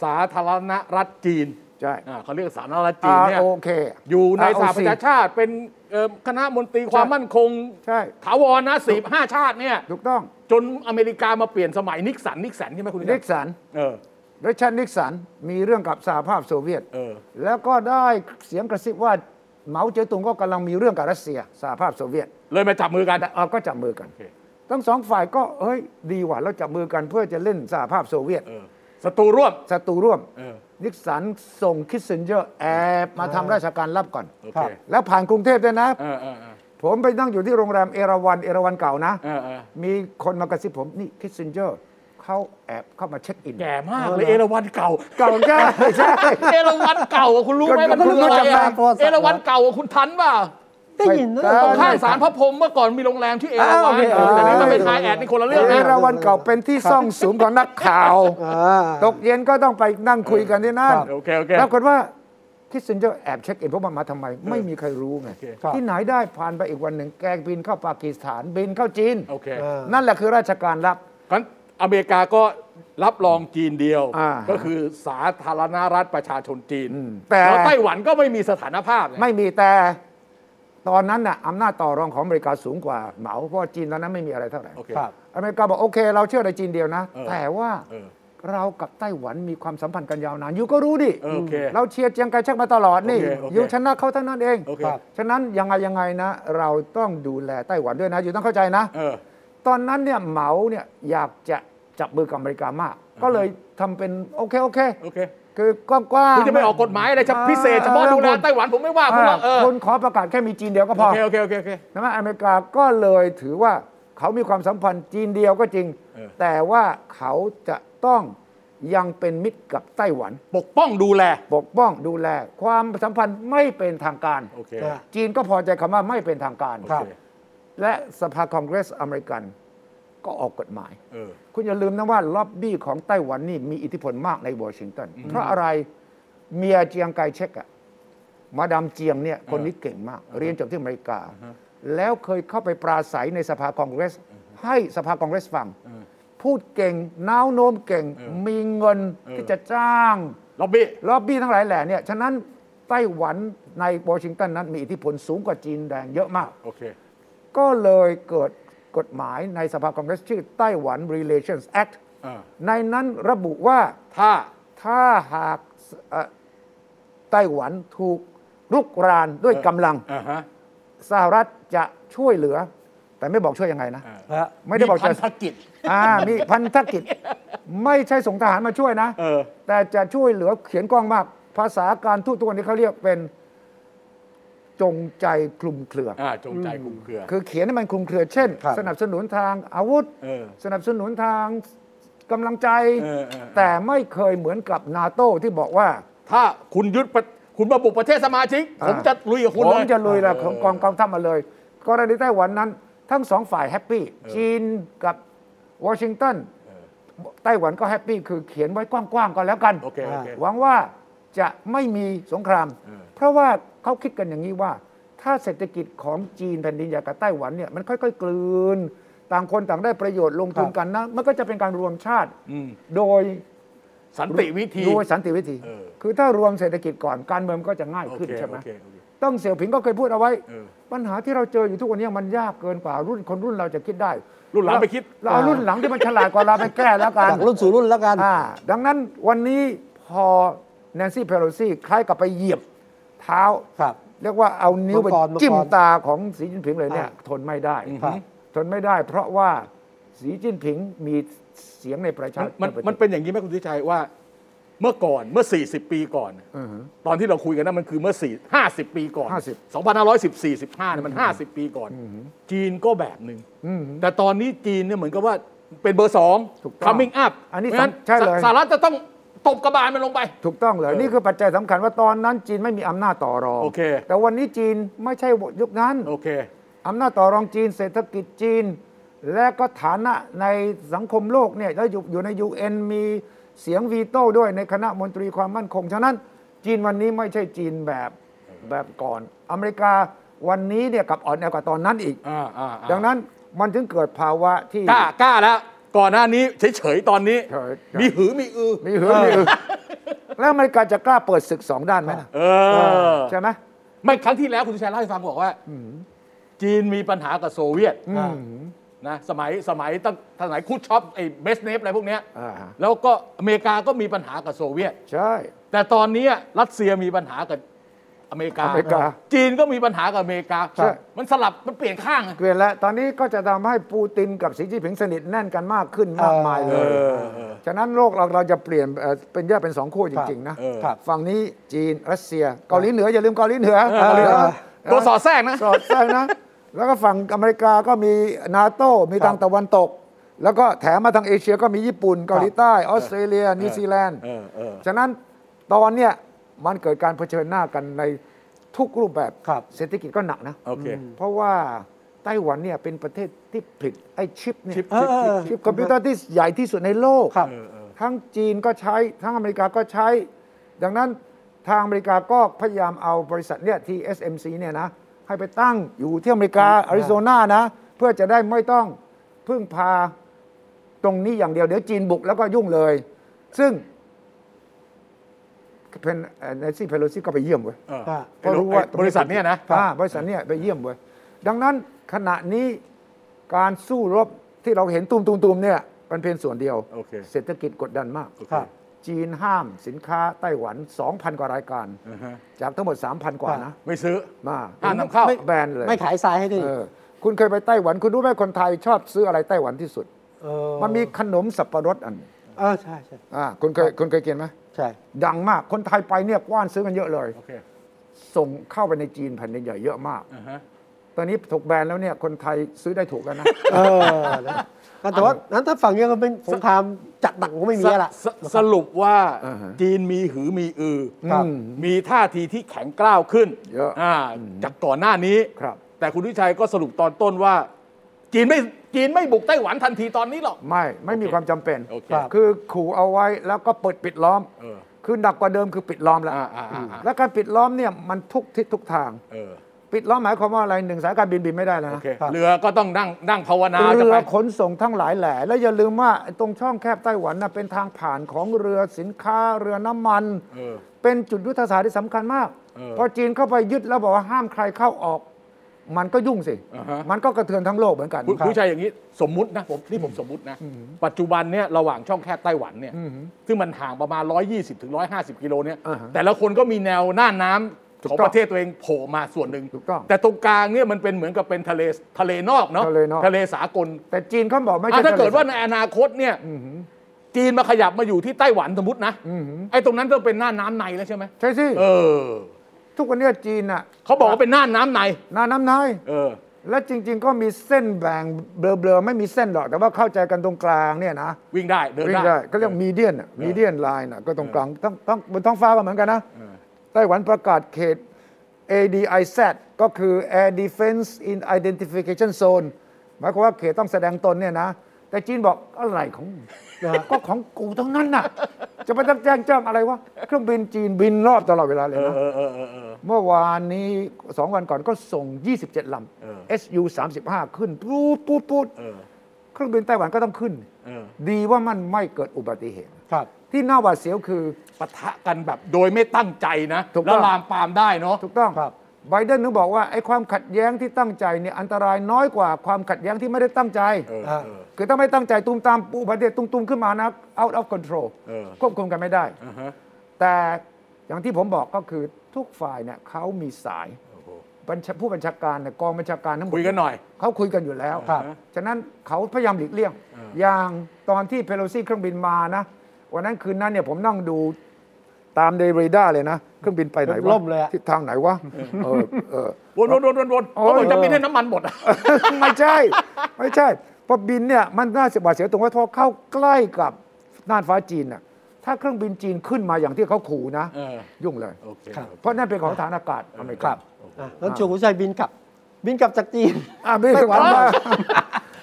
S2: สาธารณรัฐจีน
S3: ใช่
S2: อ่าเขาเรียกสาธารณรัฐจี
S3: อ่าน
S2: เนี่ย
S3: โอเค
S2: อยู่ในสห
S3: อ่
S2: ประชาชาติเป็นเอ่อคณะมนตรีความมั่นคง
S3: ใช่
S2: ถาวรนะสีห้าชาติเนี่ย
S3: ถูกต้อง
S2: จนอเมริกามาเปลี่ยนสมัยนิกสันนิกสันใช่ไหมคุณ
S3: นิกสัน
S2: เออ
S3: ริชาร์ดนิกสันมีเรื่องกับสหภาพโซเวียต
S2: เออ
S3: แล้วก็ได้เสียงกระซิบว่าเหมาเจ๋อตุงก็กำลังมีเรื่องกับรัสเซียสหภาพโซเวียต
S2: เลยมาจับมือกัน
S3: แต่เอาก็จับมือกัน
S2: โอเค
S3: ทั้งสองฝ่ายก็เอ้ย ดีว่ะเราจับมือกันเพื่อจะเล่นสหภาพโซเวียต
S2: เออศัตรูร่วม
S3: ศัตรูร่วม
S2: เออ
S3: นิกสันส่งคิสซินเจอร์แอบมาทำราชการรับก่อน
S2: โอ
S1: ครั
S2: เค
S1: บ
S3: แล้วผ่านกรุงเทพด้วยนะ
S2: เออเออเออ
S3: ผมไปนั่งอยู่ที่โรงแรมเอราวันเอราวันเก่านะ
S2: เออเออ
S3: มีคนมากระซิบผมนี่คิสซินเจอร์เขาแอบเข้ามาเช็คอิน
S2: แก่มากเลยเอราวัณเก่า
S3: เก่าใช่ใช่
S2: เอราวัณเก่าอะคุณรู้ไหม
S3: ก็
S2: มัน
S3: ก็รู้
S2: เรื่องอะ
S3: จาก
S2: ไร
S3: นา
S2: อะ
S3: มประวัติศาสตร์
S2: เอราวัณเก่าอะคุณทันเปล่า
S1: ได้ยิน
S3: ไม่
S1: นะ
S3: ได้
S2: ข้างสารพระพรหมเมื่อก่อนมีโรงแรมชื่อเอราวั
S1: อ่าโอ
S2: ณ
S1: เค
S2: เออแต่นี่มัน
S1: เออ
S2: เป็นคายแอดนี่คนละเรื่อง
S3: เอ
S2: นะ
S3: ราวันเก่าเป็นที่ซ่องสุมของนักข่าว
S1: อ่า
S3: ตกเย็นก็ต้องไปนั่งคุยกันที่นั่
S1: ค
S3: น
S1: รับ
S2: โอเคโอเค
S3: ปรากฏว่าคิสซินเจอร์แอบเช็คอินเพราะมันมาทำไม ไม่มีใครรู้ไง
S2: โอเค
S1: ครับ
S3: ที่ไหนได้ผ่านไปอีกวันหนึ่งแกบินเข้าปากีสถานบินเข้าจีน
S2: โอเค
S1: อ่า
S3: นั่นแหละคือราชการรับ
S2: งั้นอเมริกาก็รับรองจีนเดียว
S3: อ่า
S2: ก็คือสาธารณรัฐประชาชนจีน
S3: อืมแต่
S2: ล้วไต้หวันก็ไม่มีสถานภาพไง
S3: ไม่มีแต่ตอนนั้นน่ะอำนาจต่อรองของอเมริกาสูงกว่าเหมาเพราะจีนตอนนั้นไม่มีอะไรเท่าไหร่
S2: โอเค
S1: ครับ
S3: อเมริกาบอกโอเค เราเชื่อในจีนเดียวนะ
S2: เออ
S3: แต่ว่า
S2: เออ
S3: เรากับไต้หวันมีความสัมพันธ์กันยาวนานอยู่ก็รู้ดิ
S2: เออโอเค
S3: เราเชียร์เจียงไคเชกมาตลอดนี่
S2: โอเคโอเค
S3: อยู่ชนะเขาเท่านั้นเอง
S2: โอเค
S1: ครับ
S3: ฉะนั้นยังไงยังไงนะ เราต้องดูแลไต้หวันด้วยนะอยู่ต้องเข้าใจนะ
S2: เออ
S3: ตอนนั้นเนี่ยเหมาเนี่ยอยากจะจับมือกับอเมริกามาก ก็เลยทำเป็นโอเค โอเค
S2: โอเค
S3: คือกว้างๆ
S2: คุณจะไม่ออกกฎหมายอะไรจะพิเศษเฉพาะดูแลไต้หวันผมไม่ว่าคุณหรอกเออ
S3: คนขอประกาศแค่มีจีนเดียวก็พ
S2: โอ
S3: อ
S2: เคโอเคโอเคโอเค
S3: นะว่าอเมริกาก็เลยถือว่าเขามีความสัมพันธ์จีนเดียวก็จริง
S2: เออ
S3: แต่ว่าเขาจะต้องยังเป็นมิตรกับไต้หวัน
S2: ปกป้องดูแล
S3: ปกป้องดูแล ความสัมพันธ์ไม่เป็นทางการ
S2: โอเค
S1: อ่า
S3: จีนก็พอใจคำว่าไม่เป็นทางการ
S2: โอ
S1: ครั
S2: เค
S1: บ
S3: และสภาคองเกรสอเมริกันก็ออกกฎหมาย
S2: เออ
S3: คุณอย่าลืมนะว่าล็อบบี้ของไต้หวันนี่มีอิทธิพลมากในวอชิงตัน เพราะอะไรเมียเจียงไคเชกอะมาดามเจียงเนี่ยคนนี้เก่งมาก เรียนจบที่อเมริกา แล้วเคยเข้าไปปราศัยในสภาคองเกรส ให้สภาคองเกรสฟัง
S2: อือ
S3: พูดเก่งน้าวโน้มเก่ง
S2: เออ
S3: มีเงิน
S2: เออ
S3: ที่จะจ้าง
S2: ล็อบบี้
S3: ล็อบบี้ทั้งหลายแหล่เนี่ยฉะนั้นไต้หวันในวอชิงตันนั้นมีอิทธิพลสูงกว่าจีนแดงเยอะมาก
S2: โอเค
S3: ก็เลยเกิดกฎหมายในสภาคองเกรสชื่อไต้หวัน Relations Act
S2: อ่า
S3: ในนั้นระบุว่า
S2: ถ้า
S3: ถ้าหากเอ่อไต้หวันถูกรุกรานด้วย
S2: เออ
S3: กำลัง
S2: อ่าฮะ
S3: สหรัฐจะช่วยเหลือ แต่ไม่บอกช่วยยังไงนะ
S2: อ่า
S1: ฮะ
S3: ไม่ได้บอก
S2: พั
S3: จะ
S2: นธกิจ
S3: อ่ามีพันธกิจ ไม่ใช่ส่งทหารมาช่วยนะ
S2: เออ
S3: แต่จะช่วยเหลือเขียนกว้างมาก ภาษาการทูตทุกวันนี้เขาเรียกเป็นจงใจคลุมเครือ
S2: อ่าจงใจคลุมเครือ
S3: คือเขียนให้มันคลุมเครือเช่น
S1: ครับ
S3: สนับสนุนทางอาวุธ
S2: เออ
S3: สนับสนุนทางกำลังใจ
S2: เออเออเออ
S3: แต่ไม่เคยเหมือนกับนาโต้ที่บอกว่า
S2: ถ้าคุณยึดประคุณมาบุกประเทศสมาชิก ผมจะลุยกับคุณ
S3: ผ
S2: เลย
S3: มจะลุยละ
S2: เ
S3: ของกองกองทัพมาเลยกรณีไต้หวันนั้น ทั้งสองฝ่ายแฮปปี้จีนกับวอชิงตันไต้หวันก็แฮปปี้คือเขียนไว้กว้างๆก็แล้วกัน
S2: โอเคโอเค
S3: หวังว่าจะไม่มีสงคราม
S2: เออ
S3: เพราะว่าเขาคิดกันอย่างนี้ว่า ถ้าเศรษฐกิจของจีนแผ่นดินใหญ่กับไต้หวันเนี่ยมันค่อยๆกลืน ต่างคนต่างได้ประโยชน์ลงทุน
S1: ครับ
S3: กันนะมันก็จะเป็นการรวมชาติ
S2: อืม
S3: โดย
S2: สันติวิธี
S3: โดยสันติวิธี
S2: เออ
S3: คือถ้ารวมเศรษฐกิจก่อนการเมืองก็จะง่าย
S2: โอ
S3: ขึ้น
S2: เค
S3: ใช่ไหม
S2: โอเคโอเค
S3: ต้องเสี่ยวผิงก็เคยพูดเอาไว้
S2: เออ
S3: ปัญหาที่เราเจออยู่ทุกวันนี้มันยากเกินกว่ารุ่นคนรุ่นเราจะคิดได้
S2: รุ่นหลังไปคิด
S3: เราเอารุ่นหลังที่มันฉลาดกว่าเราไปแก้แล้วกัน
S1: จากรุ่นสู่รุ่นแล้วกัน
S3: อ่าดังนั้นวันนี้พอแนนซี่เพโลซี่คล้ายกับไปเหยียบเท้า
S1: ครับ
S3: เรียกว่าเอานิ้ว
S1: มั
S3: ไป
S1: งกรมังกร
S3: จิ้มตาของสีจิ้นผิงเลยเนี่ย
S1: อ่า
S3: ทนไม่ได้
S2: อืม
S1: ครับ
S3: ทนไม่ได้ เพราะว่าสีจิ้นผิงมีเสียงในประชา
S2: มัน
S3: ธิปไตย
S2: มันมันเป็นอย่างนี้ไหมคุณทิชัยว่า เมื่อก่อนเมื่อ 40 ปีก่อน
S3: อือฮึ
S2: ตอนที่เราคุยกันนะมันคือเมื่อ4 50 ปีก่อน
S3: 50
S2: 2514 15เนี่ยมัน 50 ปีก่อน จีนก็แบบหนึ่ง
S3: อือฮึ
S2: แต่ตอนนี้จีนเนี่ยเหมือนกับว่าเป็นเบอร์สอง
S3: ถูกต้อง
S2: coming up
S3: อันนี้
S2: เพราะฉะ
S3: สำใช่เลย
S2: สสหรัฐจะต้องตบกระบาลมันลงไป
S3: ถูกต้องเลย
S2: เออ
S3: นี่คือปัจจัยสำคัญว่าตอนนั้นจีนไม่มีอำนาจต่อรอง
S2: โอเค
S3: แต่วันนี้จีนไม่ใช่ยุคนั้น
S2: โอเค
S3: อำนาจต่อรองจีนเศรษฐกิจจีน และก็ฐานะในสังคมโลกเนี่ยแล้วอยู่อยู่ใน UN มีเสียงวีโต้ด้วยในคณะมนตรีความมั่นคง ฉะนั้นจีนวันนี้ไม่ใช่จีนแบบแบบก่อน อเมริกาวันนี้เนี่ยกลับอ่อนแอกว่าตอนนั้นอีก
S2: อ่าอ่าอ่า
S3: ดังนั้นมันถึงเกิดภาวะที่
S2: กล้ากล้าแล้ว ก่อนหน้านี้เฉยๆตอนนี้
S3: เฉยๆ
S2: มีหือมีอือ
S3: มีหือมีหือแล้วอเมริกาจะกล้าเปิดศึกสองด้านไหมนะ
S2: เออ
S3: ใช่ไหม
S2: ไม่ครั้งที่แล้วคุณชัยเล่าให้ฟังบอกว่าจีนมีปัญหากับโซเวียตนะสมัยสมัยตั้งสมัยคูดช็อปไอ้เบสเนฟอะไรพวกเนี้ย
S3: อ่าฮะ
S2: แล้วก็อเมริกาก็มีปัญหากับโซเวียต
S3: ใช่
S2: แต่ตอนนี้รัสเซียมีปัญหากับอเมริกา
S3: อเมริกา
S2: จีนก็มีปัญหากับอเมริกา
S3: ใช่
S2: มันสลับมันเปลี่ยนข้างอะ
S3: เกลียนแล้วตอนนี้ก็จะทำให้ปูตินกับสีจิ้นผิงสนิทแน่นกันมากขึ้นมากมายเล
S2: เอย อเออ
S3: ฉะนั้นโลกเราเราจะเปลี่ยนเอ่อเป็นแยกเป็นสองขั้วจริง ๆ นะครับ ฝั่งนี้จีนรัสเซียเกาหลีเหนืออย่าลืมเกาหลีเหนือเกาหลีเหนือนะ
S2: ตัวสอดแทรกนะ
S3: สอดแทรก นะ แล้วก็ฝั่งอเมริกาก็มีนาโตมีทางตะวันตก แล้วก็แถมมาทางเอเชียก็มีญี่ปุ่นเกาหลีใต้ออสเตรเลีย นิวซีแลนด์
S2: เออเออ
S3: ฉะนั้นตอนเนี้ยมันเกิดการเผชิญหน้ากันในทุกรูปแบบ
S1: ครับ
S3: เศรษฐกิจก็หนักนะ
S2: โอเค
S3: เพราะว่าไต้หวันเนี่ยเป็นประเทศที่ผลิตไอ้ชิปเนี่ย
S2: ชิป
S1: เออเออ
S3: ชิปคอมพิวเตอร์ที่ใหญ่ที่สุดในโลก
S1: ครับ
S3: ทั้งจีนก็ใช้ทั้งอเมริกาก็ใช้ ดังนั้นทางอเมริกาก็พยายามเอาบริษัทเนี่ยที่ SMC เนี่ยนะให้ไปตั้งอยู่ที่อเมริกาอาริโซนานะ เพื่อจะได้ไม่ต้องพึ่งพาตรงนี้อย่างเดียว เดี๋ยวจีนบุกแล้วก็ยุ่งเลย ซึ่งเป็นนซี่เพโลซี่ก็ไปเยี่ยมเว้ย
S2: เออ
S1: อ่า
S3: ก็รู้ว่า
S2: บริษัทเนี่ยนะ
S3: อ่าบริษัทเนี่ยไปเยี่ยมเว้ยดังนั้นขณะนี้การสู้รบที่เราเห็นตุมๆๆเนี่ยมันเป็นส่วนเดียว
S2: โอเค
S3: เศรษฐกิจกดดันมาก
S2: โอเค
S1: ครับ
S3: จีนห้ามสินค้าไต้หวัน 2,000 กว่ารายการ
S2: อือฮะ
S3: จากทั้งหมด 3,000 กว่านะ
S2: ไม่ซื้อ
S3: มา
S2: ห้ามนำเข้า
S3: ไม่แบนเลย
S1: ไม่ขายทรายให้ด้วย
S3: เออคุณเคยไปไต้หวัน คุณรู้ไหมคนไทยชอบซื้ออะไรไต้หวันที่สุด
S1: เออ
S3: มันมีขนมสับปะรดอันหนึ่ง
S1: เออใช่ใช่
S3: อ่าคุณเคยคุณเคยกินไหม
S1: ใช่
S3: ดังมากคนไทยไปเนี่ยกว้านซื้อกันเยอะเลย
S2: โอเค
S3: ส่งเข้าไปในจีนแผ่นดินใหญ่เยอะมาก
S2: อ่าฮะ
S3: ตอนนี้ถูกแบนแล้วเนี่ยคนไทยซื้อได้ถูกแล้วนะ
S1: เออนะแต่ว่านั้นถ้าฝั่งเนี้ยก็เป็นสงครามจัดหนักก็ไม่มีแล้วล่ะ
S2: สสสรุปว่า
S3: อ่าฮะ
S2: จีนมีหือมีอืออ
S1: ครับ
S2: มีท่าทีที่แข็งกร้าวขึ้น
S3: เยอะ
S2: าจากก่อนหน้านี้
S3: ครับ
S2: แต่คุณวิชัยก็สรุปตอนต้นว่า จีนไม่จีนไม่บุกไต้หวันทันทีตอนนี้หรอก
S3: ไม่ ไม่มีความจำเป็น
S2: โอเค
S3: คือขู่เอาไว้แล้วก็เปิดปิดล้อม
S2: เออ
S3: คือหนักกว่าเดิมคือปิดล้อมแล้ว
S2: อ่าอ่าอ่าอ่า
S3: และการปิดล้อมเนี่ยมันทุกทิศทุกทาง
S2: เออ
S3: ปิดล้อมหมายความว่าอะไรหนึ่งสายการบินบินไม่ได้แล้ว
S2: โอ
S3: นะ
S2: เคเรือก็ต้องนั่งนั่งภาวนาจะ
S3: เรื
S2: ไป
S3: อขนส่งทั้งหลายแหล่และอย่าลืมว่าไอ้ตรงช่องแคบไต้หวันนะเป็นทางผ่านของเรือสินค้าเรือน้ำมัน
S2: เออ
S3: เป็นจุดยุทธศาสตร์ที่สำคัญมาก
S2: เออ
S3: พอจีนเข้าไปยึดแล้วบอกว่าห้ามใครเข้าออก มันก็ยุ่งสิ
S2: อ่าฮะ
S3: มันก็กระเทือนทั้งโลกเหมือนกัน
S2: คุณคุณวิชัยอย่างนี้สมมุตินะผมนี่ผมสมมุตินะ ปัจจุบันเนี่ยระหว่างช่องแคบไต้หวันเนี่ยซึ่งมันห่างประมาณ 120ถึง150 กิโลเนี่ย
S3: อ่าฮะ
S2: แต่ละคนก็มีแนวหน้าน้ำของ
S3: ถูกต้อง
S2: ประเทศตัวเองโผล่มาส่วนหนึ่ง
S3: ถูกต้อง
S2: แต่ตรงกลางเนี่ยมันเป็นเหมือนกับเป็นทะเลทะเลนอกเนาะ
S3: ทะเลนอก
S2: ทะเลสากล
S3: แต่จีนเขาบอกไม่
S2: อ่ะ
S3: ใช่
S2: ถ้าเกิดว่า
S3: ทะล
S2: ในอนาคตเนี่ยจีนมาขยับมาอยู่ที่ไต้หวันสมมตินะไอ้ตรงนั้นต้องเป็นหน้าน้ำในแล้วใช่ไหม
S3: ใช่สิ
S2: เออ
S3: ทุกวันเนี้ยจีนน่ะ
S2: เขาบอกว่าเป็นหน้าน้ำใน
S3: หนาน้ำนาย
S2: เออ
S3: และจริง ๆ ก็มีเส้นแบ่งเบลอๆไม่มีเส้นหรอกแต่ว่าเข้าใจกันตรงกลางเนี่ยนะ
S2: วิ่งได้เดิน
S3: วิ่ง
S2: ได้
S3: ได้ก็เรียกมีเดียนมีเดียนไลน์ก็ตรงกลางต้องต้องบนท้องฟ้าก็เหมือนกันนะ
S2: เออ
S3: ไต้หวันประกาศเขต ADIZ ก็คือ Air Defense in Identification Zone หมายความว่าเขตต้องแสดงตนเนี่ยนะ แต่จีนบอกอะไร ของมึง
S1: นะฮะ
S3: ก็ของกูทั้งนั้นน่ะ จะไปต้องแจ้งแจ้งอะไรวะ เครื่องบินจีนบินรอบตลอดเวลาเลยนะ
S2: เออเออเออเออ
S3: เมื่อวานนี้สองวันก่อนก็ส่ง 27 ล
S2: เออ
S3: ำ SU 35 ขึ้น ปูดปูดปูด
S2: เออ
S3: เครื่องบินไต้หวันก็ต้องขึ้น
S2: เออ
S3: ดีว่ามันไม่เกิดอุบัติเหตุ
S1: ครับ
S3: ที่น่าหวาดเสียวคือ
S2: ปะทะกันแบบโดยไม่ตั้งใจนะ
S3: ถูกต้
S2: แล้
S3: อง
S2: วลามปามได้เนาะ
S3: ถูกต้อง
S1: ครับ
S3: ไบเดนถึงบอกว่า ไอ้ความขัดแย้งที่ตั้งใจเนี่ยอันตรายน้อยกว่าความขัดแย้งที่ไม่ได้ตั้งใจ
S2: เออเออ
S3: คือถ้าไม่ตั้งใจตุ้มตามอุบัติเหตุตุ้มตุ้มๆขึ้นมานะ out of control
S2: เออ
S3: ควบคุมกันไม่ได้
S2: อ่าฮะ
S3: แต่อย่างที่ผมบอกก็คือ ทุกฝ่ายเนี่ยเขามีสายบัญชาผู้บัญชาการเนี่ยกองบัญชาการทั้งหมด
S2: คุยกันหน่อย
S3: เขาคุยกันอยู่แล้ว
S1: ครับ
S3: ฉะนั้นเขาพยายามหลีกเลี่ยง อย่างตอนที่เพโลซี่เครื่องบินมานะวันนั้นคืนนั้นเนี่ยผมนั่งดูตามในเรดาร์เลยนะเครื่องบินไปไหนวะ
S1: ล่มเลยอะ
S3: ทิศทางไหนวะเออเออ
S2: วนวนวนวนวน
S3: โอ้
S2: เขา
S3: ย
S2: บอกจะบินให้น้ำมันหมด
S3: ไม่ใช่ ไม่ใช่เพราะบินเนี่ยมันน่าเสียบาดเสียวตรงว่าพอเข้าใกล้กับน่านฟ้าจีนน่ะถ้าเครื่องบินจีนขึ้นมาอย่างที่เขาขู่นะ
S2: เออ
S3: ยุ่งเลย
S2: โอเค
S1: ครับ
S3: เพราะนั่นเป็นของฐานอากาศอเมริกา
S1: อ่ะงั้นชวนคุณชัยบินกลับ บินกลับจากจีน
S3: อ่ะไม่ไหวานมา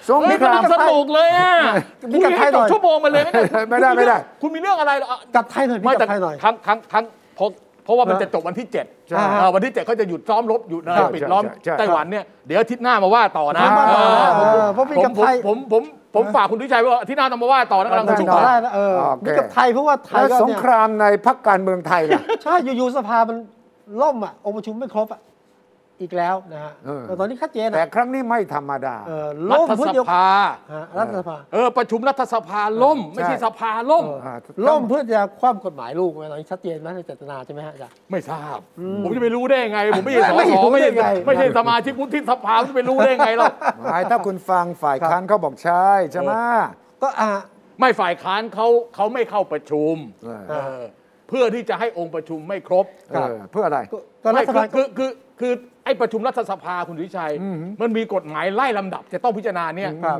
S3: สง
S2: เฮ้ย
S3: คราม
S2: มันสนุกเลยอ่ะ
S1: มี
S2: คุย
S1: กับใคร
S2: ให้
S1: หน่
S2: จบ
S1: อย
S2: ชั่วโมงไปเลยนะ
S3: ไม่ได้ไม่ได้
S2: คุณมีเรื่องอะไรเหรอ
S1: กลับไทยหน่อยบิน
S2: ไม่
S1: ก
S2: แต่
S1: ลับไทยหน่อย
S2: ครั้งครั้งครั้งเพราะเพราะว่ามัน
S1: นะ
S2: จะจบวันที่เจ็ด
S3: ใช่
S2: อ่าวันที่เจ็ดเขาจะหยุดซ้อมรบหยุดอะไร
S3: ใช่
S2: ปิดล้อม
S3: ใช่ใช่
S2: ไต้หวันเนี่ยเดี๋ยวอาทิตย์หน้ามาว่าต่อนะ
S1: อ่า
S2: เออ
S1: เออเพราะเป็น
S2: ผม
S1: กับไทย
S2: ผมผมผมผมฝากคุณทิชัยว่าอาทิตย์หน้าต้องมาว่าต่อนะกำลัง
S1: บิ
S2: ประ
S1: น
S2: ชุม
S1: ต่อ
S2: กัน
S1: ได้นะเออ
S3: โอเค
S1: บินกลับไทยเพราะว่าไทย
S3: แล้ว
S1: ก็
S3: สง
S1: เนี่ย
S3: ครามในพรรคการเมืองไทยล่ะ
S1: ใช่อยู่ๆสภามันล่มอ่ะองค์ประชุมไม่ครบอ่ะอีกแล้วนะฮะ
S3: เออ
S1: แต่ตอนนี้ชัดเจน
S3: แต่
S1: นะ
S3: ครั้งนี้ไม่ธรรมดา
S1: เออ
S2: รั
S1: ล่ม
S2: ฐ
S1: เพื่อ
S2: ส
S1: เดียว
S2: ภา
S1: ฮะรัฐสภา
S2: เออประชุมรัฐสภาล่ม ไม่ใช่
S3: ใช่
S2: สภาล่ม
S1: เออ
S3: อ่า
S1: ล่มเพื่อจะคว่ำกฎหมายลูกไว้ตอนนี้ชัดเจนไหมในเจตนาใช่ไหมฮะอาจารย์
S2: ไม่ทราบ ผมจะไปรู้ได้ยังไง ผมไม่ใช่ส
S1: ไม่
S2: ส
S1: รู้
S2: ไม่ใช่
S1: ได้ไง
S2: ไม่ใช่สมาชิกวุฒิสภาผมจะไปรู้ได้ไงเรา
S3: หมายถ้าคุณฟังฝ่ายค้านเขาบอกใช่ใช่ไหม
S1: ก็อ่า
S2: ไม่ฝ่ายค้านเขาเขาไม่เข้าประชุม
S3: เออ
S2: เออเพื่อที่จะให้องค์ประชุมไม่ครบ
S1: ครับ
S3: เออเพื่ออะไร
S1: ก็ก็รั
S2: ไม่
S1: ฐ
S2: คื
S1: บา
S2: อ
S1: ลก็
S2: คือคือคือไอ้ประชุมรัฐสภาคุณวิชัย มันมีกฎหมายไล่ลำดับจะต้องพิจารณาเนี่ย
S1: ครับ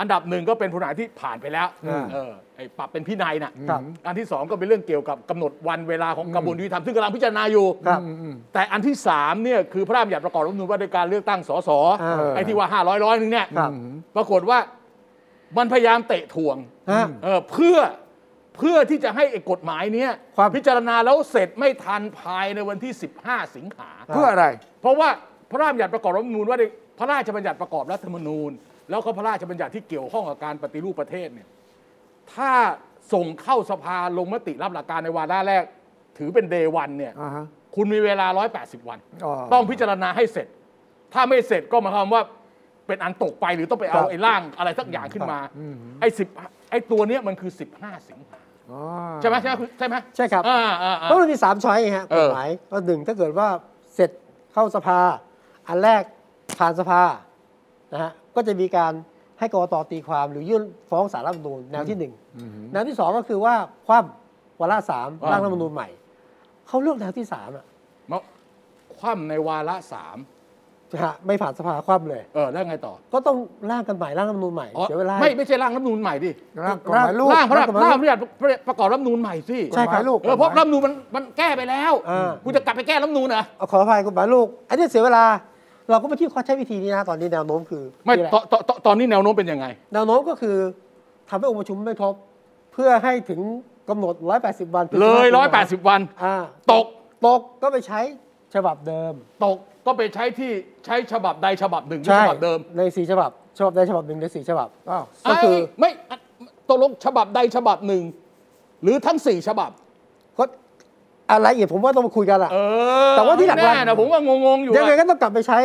S2: อันดับหนึ่งก็เป็นผลหมายที่ผ่านไปแล้ว
S3: อืม
S2: เออไอ้ปรับเป็นพินัยน่ะ
S1: ครับ
S2: อันที่สองก็เป็นเรื่องเกี่ยวกับกำหนดวันเวลาของกระบวนการยุติธรรมซึ่งกำลังพิจารณาอยู่
S1: ครับ
S2: แต่อันที่สามเนี่ยคือพระราชบัญญัติประกอบรัฐธรรมนูญว่าด้วยการเลือกตั้งสส
S1: เออ
S2: ไอ้ที่ว่าห้าร้อยร้อยนึงเนี่ย
S1: ครับ
S2: ปรากฏว่ามันพยายามเตะถ่วง
S1: ฮะ
S2: เออเพื่อเพื่อที่จะให้ไอ้กฎหมายเนี้ย
S1: ครับ
S2: พิจารณาแล้วเสร็จไม่ทันภายในวันที่ 15 สิงหา
S3: เพื่ออะไร
S2: เพราะว่าพระราชบัญญัติประกอบรัฐธรรมนูญว่าด้วยพระราชบัญญัติประกอบรัฐธรรมนูญ แล้วก็พระราชบัญญัติที่เกี่ยวข้องกับการปฏิรูปประเทศเนี่ยถ้าส่งเข้าสภาลงมติรับหลักการในวาระแรก ถือเป็นเดวันเนี่ย
S3: อ่าฮะ
S2: คุณมีเวลา 180 วัน
S3: อ๋อ
S2: ต้องพิจารณาให้เสร็จ ถ้าไม่เสร็จก็หมายความว่าเป็นอันตกไปหรือต้องไปเอาไอ้ร่างอะไรสักอย่างขึ้นมาไอ้สิบไอ้ตัวเนี้ยมันคือ 15 สิงหา
S3: อ๋อ
S2: ใช่ไหมใช่ไหมคุณใช่ไหม
S1: ใช่ครับ
S2: อ่าอ่าอ่า
S1: เพราะมันมีสามช้อยไงฮะ
S2: เอก
S1: ฎ
S2: อ
S1: หมายก็หนึ่งถ้าเกิดว่าเสร็จเข้าสภา อันแรกผ่านสภานะฮะก็จะมีการให้กรกตตีความหรือยื่นฟ้องศาลรัฐธรรมนูญแนวที่หนึ่งแนวที่สองก็คือว่าคว่ำวาระสามร่างรัฐธรรมนูญใหม่เขาเลือกแนวที่สามอะ
S2: มาคว่ำในวาระสาม
S1: นะฮะไม่ผ่านสภาคว่ำเลย
S2: เออแล้วไงต่อ
S1: ก็ต้องร่างกันใหม่ร่างรัฐธรรมนูญใหม่
S2: อ๋อ
S1: เสียเวลา
S2: ไม่ไม่ใช่ร่างรัฐธรรมนูญใหม่ดิ
S3: ร่างกฎหมายลูก
S2: ร่างพระราช
S1: รัฐธรรมนูญ
S2: ร่างพระราชประกอบรัฐธรรมนูญใหม่สิ
S1: ใช่ครับ
S3: ลูก
S2: เออเพราะรัฐธรรมนูญมันมันแก้ไปแล้ว
S1: อ่า
S2: กูจะกลับไปแก้รัฐธรรมนูญเหรอ
S1: เอาขออภัยกฎหมายลูกอันนี้เสียเวลา เราก็ไม่ที่เขาใช้วิธีนี้นะตอนนี้แนวโน้มคือ
S2: ไม่
S1: นี่แหละ
S2: ตอนตอนตอนตอนนี้แนวโน้มเป็นยังไง
S1: แนวโน้มก็คือทำให้องค์ประชุมไม่ครบเพื่อให้ถึงกำหนด 180 วัน
S2: เลย
S1: พฤษภาคม
S2: 180 วัน
S1: อ่า
S2: ตก
S1: ตกก็ไปใช้ฉบับเดิม
S2: ตกก็ไปใช้ที่ใช้ฉบับใดฉบับหนึ่งหรือฉบับเดิม
S1: ในสี่ฉบับ ฉบับใดฉบับหนึ่งในสี่ฉบับ
S3: อ้าว
S1: ก็คือ
S2: ไไม่ตกลงฉบับใดฉบับหนึ่ง หรือทั้งสี่ฉบับ
S1: ก็อะไรละเอียดผมว่าต้องมาคุยกันล่ะ
S2: เออ
S1: แต่ว่าที่หลังๆ
S2: แน่นะผมว่างงๆอยู่
S1: ยังไง
S2: อะ
S1: ก็ต้องกลับไปใช้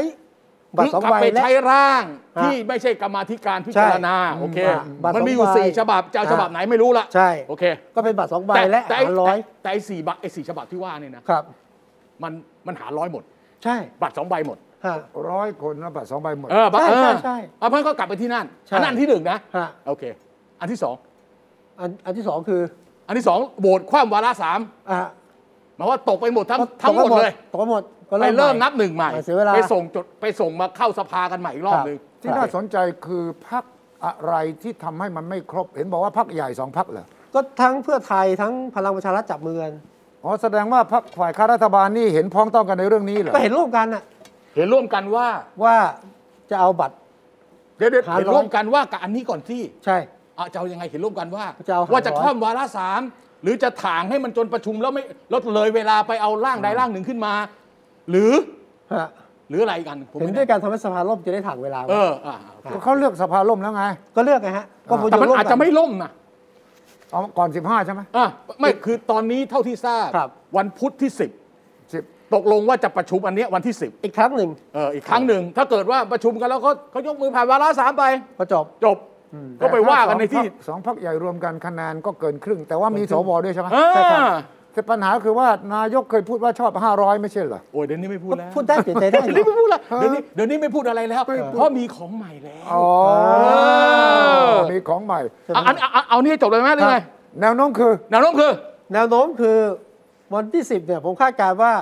S1: บัตรสอง
S2: กลั
S1: ใบ
S2: ไป
S1: และ
S2: ใช้ร่าง
S1: ฮะ
S2: ที่ไม่ใช่กรรมาธิการพิจารณา
S1: ใช่
S2: โอเค
S1: อ่าบัตร
S2: มันมีอยู่
S1: สองใบ
S2: สี่ฉบับจะเอาฉบับ
S1: อ่า
S2: ไหนไม่รู้ละ
S1: ใช่
S2: โอเค
S1: ก็เป็นบัตรสองใบและ
S2: แต่
S1: หารร้อย
S2: แต่แต่ไอ้สี่บะไอ้สี่ฉบับที่ว่าเนี่ยนะครับ มันมันหาร้อยหมด
S1: ใช่
S2: บัตรสองใบหมด
S1: ฮะ
S3: ร้อยคนแล้วบัตรสองใบหมด
S2: เออบัตร
S1: ใช่ใช่
S2: เออ
S1: ใช่
S2: เอาเพื่อนก็กลับไปที่นั่น
S1: ใช่
S2: อันนั้นอันที่หนึ่งนะ
S1: ฮะ
S2: โอเค อันที่สอง
S1: อันอันที่สองคือ
S2: อันที่สองโหวตคว่ำวาระสาม
S1: อ่า
S2: หมายว่าตกไปหมดทั้ง
S1: ก็
S2: ทั้งหมดเลย
S1: ตกไปหมดก็
S2: ไป
S1: เริ่ม
S2: เริ่ม
S1: ให
S2: นับหนึ่งใหม่
S1: อ่าเสียเวลา
S2: ไปส่งจดไปส่งมาเข้าสภากันใหม่อีกรอบหนึ่ง
S1: ครับ
S3: ที่น่าสนใจคือพักอะไรที่ทำให้มันไม่ครบ เห็นบอกว่าพักใหญ่สองพักเหรอ
S1: ก็ทั้งเพื่อไทยทั้งพลังประชารัฐจับมือกัน
S3: อ๋อแสดงว่าพักฝ่ายค้านรัฐบาลนี่เห็นพ้องต้องกันในเรื่องนี้เหรอ
S1: ก็เห็นร่วมกันน่ะ
S2: เห็นร่วมกันว่า
S1: ว่าจะเอาบัตร
S2: เดี๋ยวเดี๋ยว
S1: หาร้อย
S2: เห็นร่วมกันว่ากับอันนี้ก่อนที่
S1: ใช่
S2: อ่ะจะเอายังไงเห็นร่วมกันว่า
S1: จะเอาหา
S2: ว่าจะ
S1: ร้อย
S2: คว่ำวาระสามหรือจะถางให้มันจนประชุมแล้วไม่แล้วเลยเวลาไปเอาร่างใดร่างหนึ่งขึ้นมา หรือ
S1: ฮะ
S2: หรืออะไรกันผม
S1: เห็น
S2: ไม่
S1: ด้ว
S2: แน่
S1: ยการทำให้สภาล่มจะได้ถ่างเวลาไว้
S2: เอออ่ะ
S3: ก็เขาเลือกสภาล่มแล้วไง
S1: ก็เลือกไงฮะก็ประ
S2: แต่
S1: โยชน์ร่
S2: มัน
S1: วม
S2: อาจ
S1: กั
S2: จะ
S1: น
S2: ไม่ล่มนะ
S3: เอาก่อน 15 ใช่ไหม
S2: อ่ะไม่คือตอนนี้เท่าที่ทราบ
S1: ครับ
S2: วันพุธที่
S3: สิบ
S2: 10 ตกลงว่าจะประชุมอันเนี้ยวันที่ 10
S1: อีกครั้งหนึ่ง
S2: เอออีกครั้งหนึ่ง ถ้าเกิดว่าประชุมกันแล้วเขาเขายกมือผ่านวาระสามไป
S1: พอจบ
S2: จบ ก็ไปว่ากันในที่
S3: สองพักใหญ่รวมกันคะแนนก็เกินครึ่ง แต่ว่ามีสวด้วยใช่ไหม
S2: อ่า
S1: ใช่ครับ
S3: แต่ปัญหาคือว่านายกเคยพูดว่าชอบ 500 ไม่ใช่เหรอ
S2: โอ้ยเดี๋ยวนี้ไม่พูดแล้ว
S1: พูดได้เปลี่ยนใจได้
S2: เดี๋ยว
S1: เหร
S2: นี้
S1: อ
S2: ไม่พูดแล้วเดี๋ยวนี้เดี๋ยวนี้ไม่พูดอะไรแล้ว
S3: ไม่พูด
S2: เพราะมีของใหม่แล้ว
S3: อ๋อ
S2: อ
S3: มีของใหม่
S2: เอาเอาเอาเอานี่ให้จบเลยไหมหรือไง
S1: ครับ
S3: แนวโน้มคือ
S2: แนวโน้มคือ
S1: แนวโน้มคือวันที่ 10เนี่ยผมคาดการณ์ว่า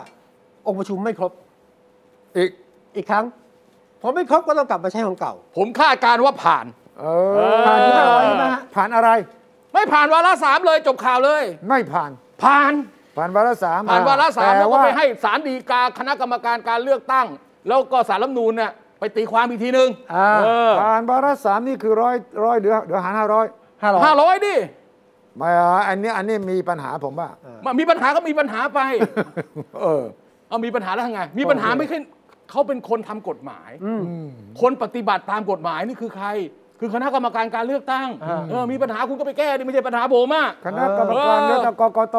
S1: องค์ประชุมไม่ครบ
S3: อีก
S1: อีกครั้งพอไม่ครบก็ต้องกลับมาใช้ของเก่า
S2: ผมคาดการณ์ว่าผ่าน
S3: เอ
S2: เอ
S3: อ
S2: อ
S3: ผ่านที่ไหน
S1: ผ่านที่ไหนฮะ
S3: ผ่านอะไร
S2: ไม่ผ่านวาระสามเลยจบข่าวเลย
S3: ไม่ผ่าน
S2: ผ่าน
S3: ผ่านวาระสาม
S2: ผ่านวาระสาม
S3: แต่
S2: แล้วก็ไปให้สารดีกาคณะกรรมการการเลือกตั้ง แล้วก็สารรัฐธรรมนูลเนี่ยไปตีความอีกทีนึง
S3: อ่า
S2: เออ
S3: ผ่านวาระสามนี่คือร้อยร้อยเดือเดือหารห้าร้อย
S1: ห้าร้อย
S2: ห้าร้อยดิ
S3: ไม่อ่ะอันนี้อันนี้มีปัญหาผมว่า
S2: มันมีปัญหาก็มีปัญหาไป
S3: เออ
S2: เอามีปัญหาแล้วทำไง มีปัญหาไม่ใช่เขาเป็นคนทำกฎหมาย คนปฏิบัติตามกฎหมายนี่คือใคร คือคณะกรรมการการเลือกตั้ง
S1: อ่า
S2: เออมีปัญหาคุณก็ไปแก้ดิไม่ใช่ปัญหาผมอ่ะ
S3: คณะกรรมการ
S2: เออ
S3: เลือกตั้งกกต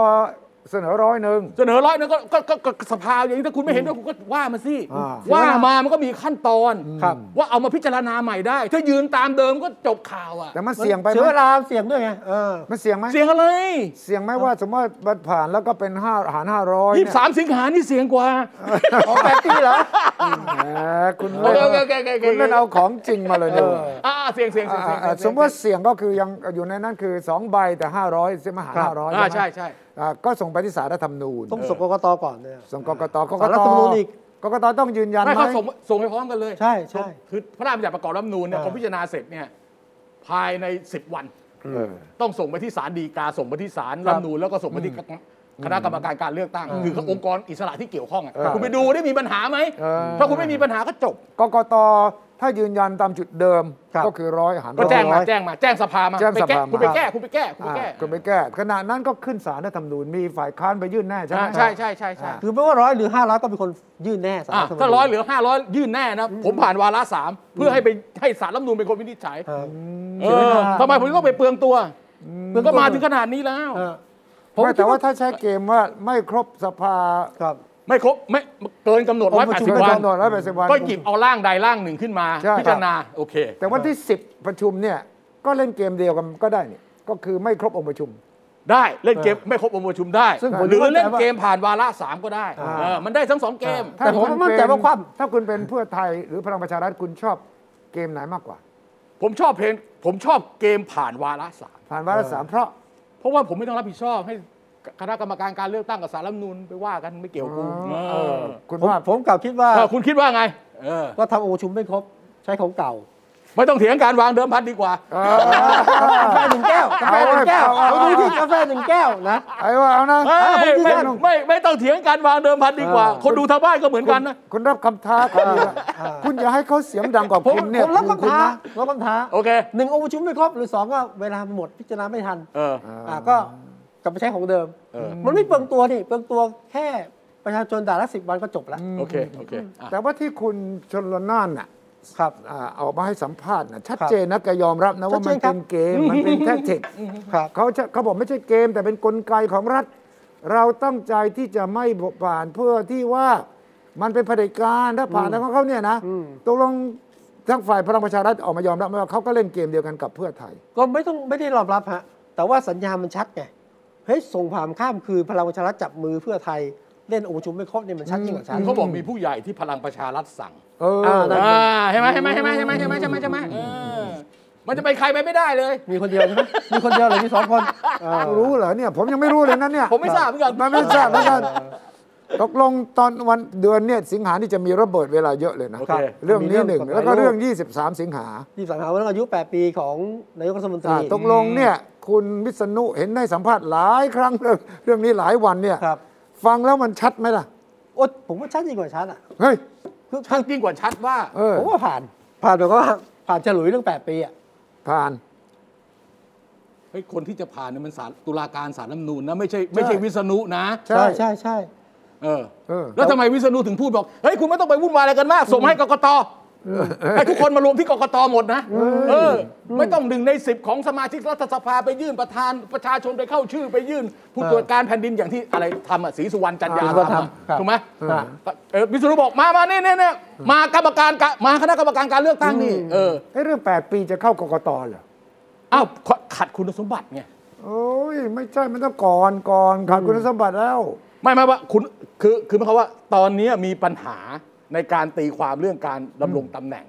S3: เสนอร้อยหนึ่ง
S2: เสนอร้อยนั้นก็ก็ก็ก็สภาอย่างนี้ถ้าคุณไม่เห็นด้วยคุณก็ว่ามาสิ
S3: อ่า
S2: ว่ามามันก็มีขั้นตอน
S1: ครับ
S2: ว่าเอามาพิจารณาใหม่ได้ ถ้ายืนตามเดิมก็จบข่าวอ่ะ
S3: แต่มันเสี่ยงไปไห
S1: เสีย
S3: ม
S1: เวลาเสี่ยงด้วยไงเออ
S3: มันเสี่ยงไหม
S2: เสียงอะไร
S3: เสี่ยงไหมว่าสมมติว่ามันผ่านแล้วก็เป็นห้าหารห้าร้อย
S2: ยี่สิบสามสิงหานี่เสียงกว่า
S1: ของแปดปีเหรอ
S3: คุณ
S2: โอ
S3: เล่น
S2: เคโอเคโอเคโอเค
S3: คุณเล่นเอาของจริงมาเลยเนี่ย
S2: อ่าเสียงเสียงเสียงเสียง
S3: อ่า
S2: เสียง
S3: สมมติว่าเสี่ยงก็คือยังอยู่ในนั้นคือ 2 ใบแต่ 500ใช่ไหมหาร
S1: ครับ
S3: ห้าร้อย
S2: อ่า
S3: ไหม
S2: ใช่ใช่
S3: อ่าก็ส่งไปที่สารรัฐธรรมนูญ
S1: ต้องส่งกกตก่อนเนี่ย
S3: ส่งกกตกก
S1: สารรั
S3: ต
S1: ฐธรรมนูญอีก
S3: กกตต้องยืนยัน
S2: ไม่
S3: ไหม
S2: เขาส่งส่งไปพร้อมกันเลย
S1: ใช่ใช่
S2: คือพระราชบัญญัติประกอบรัฐธรรมนูญเนี่ย
S1: อ่า
S2: พอพิจารณาเสร็จเนี่ยภายใน 10 วัน
S3: เออ
S2: ต้องส่งไปที่ศาลฎีกาส่งไปที่ศาลรัฐธรรมนูญแล้วก็ส่งไปที่คณะกรรมการการเลือกตั้ง คือองค์กรอิสระที่เกี่ยวข้องอะ
S3: เออ
S2: คุณไปดูได้มีปัญหาไหม
S3: เออ
S2: ถ้าคุณไม่มีปัญหาก็จบ
S3: กกตถ้ายืนยันตามจุดเดิม
S1: ครับ
S3: ก็คือร้อยหาร
S2: ก็แจ้ง
S3: ร้
S2: มา
S3: อย
S2: แจ้งมาแจ้งสภามา
S3: แจ้งสภามา
S2: คุณไปแก้คุณไปแก้คุณไป
S3: อ่า
S2: แก้
S3: ก็ไปแก้ขณะนั้นก็ขึ้นสารรัฐธรรมนูญมีฝ่ายค้านไปยื่นแน่ใช่ไหม
S2: อ่าใช่ใช่ใช่ใช่
S1: คือไม่ว่าร้อยหรือห้าร้อยก็เป็นคนยื่นแน่สาร
S2: อ่า
S1: ฐธมนูญ
S2: ถ้าร้อยเหลือห้าร้อยยื่นแน่นะผมผ่านวาระสามเพื่อให้ไปให้ศาลรัฐธรรมนูญเป็นคนวินิจฉัย
S1: ครับ
S2: เออทำไมผมต้องไปเปลืองตัวก็มาถึงขนาดนี้แล้ว
S1: เออ
S3: ไม่แต่ว่าถ้าใช้เกมว่าไม่ครบสภา
S1: ครับ
S2: ไม่ครบไม่เกินกำหนด
S1: องค์ประชุม
S2: 180
S3: ไม่
S2: วั
S3: กำ
S2: น
S3: หนดร้อยแปดสิบวัน
S2: ก็หยิบเอาร่างใดร่างหนึ่งขึ้นมา
S3: ใช่
S2: พิจารณาโอเค
S3: แต่วันที่ 10 ประชุมเนี่ยก็เล่นเกมเดียวกันก็ได้นี่ก็คือไม่ครบองค์ประชุม
S2: ได้เล่นเกมไม่ครบองค์ประชุมได้
S1: ซึ่งผม
S2: หรือเล่น
S1: เข้าใจว่า
S2: เกมผ่านวาระสามก็ได้เออมันได้ทั้งสองเกม
S3: ถ้า
S1: แต่ผม
S3: คุณ
S1: มั่นใจ
S3: เป็
S1: ว่าคว่
S3: ถ้าคุณเป็นเพื่อไทยหรือพลังประชารัฐคุณชอบเกมไหนมากกว่า
S2: ผมชอบเพลงผมชอบเกมผ่านวาระสาม
S3: ผ่านวาระสามเพราะ
S2: เพราะว่าผมไม่ต้องรับผิดชอบให้คณะกรรมการการเลือกตั้งกับสารรัฐธรรมนูนไปว่ากันไม่เกี่ยวกู
S3: เอ
S2: เอ
S3: อ
S2: อ
S3: คุณ
S1: ผม
S3: ว่า
S1: ผมกลับคิดว่า
S2: เออคุณคิดว่าไงเออ
S1: ว่าทำองค์ประชุมไม่ครบใช้ของเก่า
S2: ไม่ต้องเถียงการวางเดิมพันดีกว่า
S3: เออ
S1: กาแฟหนึ่งแก้วกาแฟหนึ่งแก้ว
S3: เอา
S1: เอา
S3: เอาเอา
S1: ดูที่กาแฟหนึ่งแก้วนะ
S3: ไอ้ว่าเอานะ
S2: เอ้ย
S1: ผมยืน
S2: ไม่
S1: ยัน
S2: ไม่ไม่ต้องเถียงการวางเดิมพันดีกว่า คนดูทางบ้านก็เหมือน
S3: คุ
S2: กั
S3: ณ
S2: นนะ
S3: คุณรับคำท้าคุณนะคุณอย่าให้เขาเสียงดังกว่า
S1: ผม
S3: คุณเนี่
S1: ผ
S3: ย
S1: มรับคำ
S3: คุณ
S1: ท้า
S3: นะ
S1: รับคำท้า
S2: โอเค
S1: หนึ่งองค์ประชุมไม่ครบหรือสองก็เวลาหมดพิจารณาไม่ทัน
S2: เออ
S1: อ่าก็กลับไปใช้ของเดิม
S2: เออ
S1: มันไม่เปลืองตัวนี่เปลืองตัวแค่ประชาชนด่าละสิบวันก็จบแล้ว
S2: โอเคโอเคอ่ะ
S3: แต่ว่าที่คุณชนลนานน่ะ
S1: ครับ
S3: อ่าออกมาให้สัมภาษณ์น่ะชัดเจนนะแกยอมรับนะว่ามัน
S1: ชัดเจนครับ
S3: เป็นเกมมันเป็นแท็กติก
S1: ครับ
S3: เขาจะเขาบอกไม่ใช่เกมแต่เป็นนกลไกของรัฐ เราตั้งใจที่จะไม่ผ่านเพื่อที่ว่ามันเป็นเผด็จการถ้าผ่านแล้วของเขาเนี่ยนะ
S1: อืม
S3: ตกลงทั้งฝ่ายพลังประชารัฐออกมายอมรับว่าเขาก็เล่นเกมเดียวกันกับเพื่อไทย
S1: ก็ไม่ต้องไม่ได้ยอมรับฮะ แต่ว่าสัญญาณมันชัดไง เฮ้ย ส่งผ่านข้ามคือพลังประชารัฐจับมือเพื่อไทยเล่นองค์ประชุมไม่ครบเนี่ยมันชัดยิ่งกว่าชัด
S2: เขาบอกมีผู้ใหญ่ที่พลังประชารัฐสั่ง
S3: เออ
S1: อ่าได้
S2: อ่าใช่ไหมใช่ไหมใช่ไหมใช่ไหมใช่ไหมใช่ไหมใช่ไหมเออมันจะไปใครไปไม่ได้เลย
S1: มีคนเดียวใช่ไหมมีคนเดียวหรือมีสองคนเออ
S3: รู้เหรอเนี่ย ผมยังไม่รู้เลยนะเนี่ย
S2: ผมไม่ทราบเหมือนกัน
S3: มันไม่ทราบเหมือนกันตกลงตอนวันเดือนเนี่ยสิงหานี่จะมีระเบิดเวลาเยอะเลยนะ
S2: โอเค
S3: เรื่องนี้หนึ่ง
S1: มีเรื่อง
S3: แล้วก็เรื่อง 23 สิงหา
S1: ที่สังหารวันอายุ 8 ปีของนายกรัฐมนตรี
S3: อ่าตกลงเนี่ยคุณวิษณุเห็นได้สัมภาษณ์หลายครั้งเรื่องเรื่องนี้หลายวันเนี่ย
S1: ครับ
S3: ฟังแล้วมันชัดไหมล่ะ
S1: โอ๊ยผมว่าชัดยิ่งกว่าชัดอ่ะ
S3: เฮ้ย
S1: คือ
S2: ชัดยิ่งกว่าชัดว่า
S3: เออ
S1: ผมว่าผ่าน ผ่านแบบว่าผ่านฉลุยเรื่อง 8 ปีอ่ะ
S3: ผ่าน
S2: เฮ้ยคนที่จะผ่านเนี่ยมันสารตุลาการสารรัฐธรรมนูญนะไม่ใช่ไม่ใช่วิษณุนะ
S3: ใช่
S1: ใช่ใช่ใช่
S2: เออ
S3: เออ
S2: แล้วทำไมวิษณุถึงพูดบอก เฮ้ยคุณไม่ต้องไปวุ่นวายอะไรกันมาก ส่งให้กกตให้ทุกคนมารวมที่กกตหมดนะ เออ ไม่ต้องหนึ่งในสิบของสมาชิกรัฐสภาไปยื่นประธานประชาชนไปเข้าชื่อไปยื่น ผู้ตรวจการแผ่นดินอย่างที่อะไรทำอ่ะศรีสุวรรณจันยา
S1: อ่าศรีสุวรรณ
S2: ทำ
S1: ทำ
S2: อ่ะ
S1: ครับ
S2: ถูกไหม
S1: ครับ
S2: เออวิษณุบอกมามาเนี่ยเนี่ยมากรรมการกะมาคณะกรรมการการเลือกตั้งนี่เออ
S3: ไอ้เรื่อง 8 ปีจะเข้ากกตเหรอ
S2: อ้าวขัดคุณสมบัติไง
S3: โอ้ยไม่ใช่มันต้องก่อนก่อนขาดคุณสมบัติแล้ว
S2: ไม่ไม่ว่าคุณคือคือหมายความว่าตอนนี้มีปัญหาในการตีความเรื่องการดำรงตำแหน่ง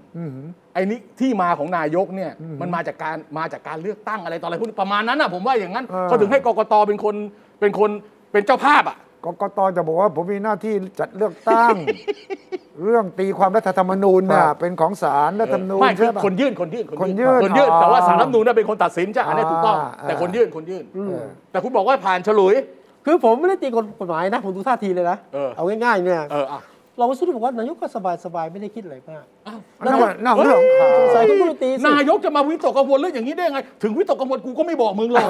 S2: ไอ้นี่ที่มาของนายกเนี่ยมันมาจากการมาจากการเลือกตั้งอะไรต่ออะไรพวกนี้ประมาณนั้นอ่ะผมว่าอย่างนั้น
S3: เออ
S2: เขาถึงให้กกตเป็นคนเป็นคนเป็นเจ้าภาพอ่ะ
S3: กกตจะบอกว่าผมมีหน้าที่จัดเลือกตั้ง เรื่องตีความรัฐธรรมนูญน่ะ
S1: ครับ
S3: เป็นของศาลรัฐธรรมนูญ
S2: ไม่คื
S3: ใช่
S2: อ
S3: ปะ
S2: คนยื่นคนยื่น
S3: คนยื่น
S2: คนยื่น
S3: อ๋อ
S2: แต่ว่าสารรัฐธรรมนูญน่ะเป็นคนตัดสินใช่อันนี้ถูกต้อง
S3: อ่า
S2: แต่
S3: อ่า
S2: คนยื่นคนยื่น
S1: อืม
S2: แต่คุณบอกว่าผ่านฉลุย
S1: คือผมไม่ได้ตีกฎหมายนะ ผมดูท่าทีเลยนะ
S2: เออ
S1: เอาง่ายๆเนี่ย
S2: เอออ่ะ
S1: เราก็สุดบอกว่านายกก็สบายๆไม่ได้คิดอะไรมาก
S2: อ้าว
S3: นั่นมันนั่นเรื่องของเขา
S1: สงสัยคุณผู้ตีสิ
S2: นายกจะมาวิตกกังวลเรื่องอย่างนี้ได้ไง ถึงวิตกกังวลกูก็ไม่บอกมึงหรอก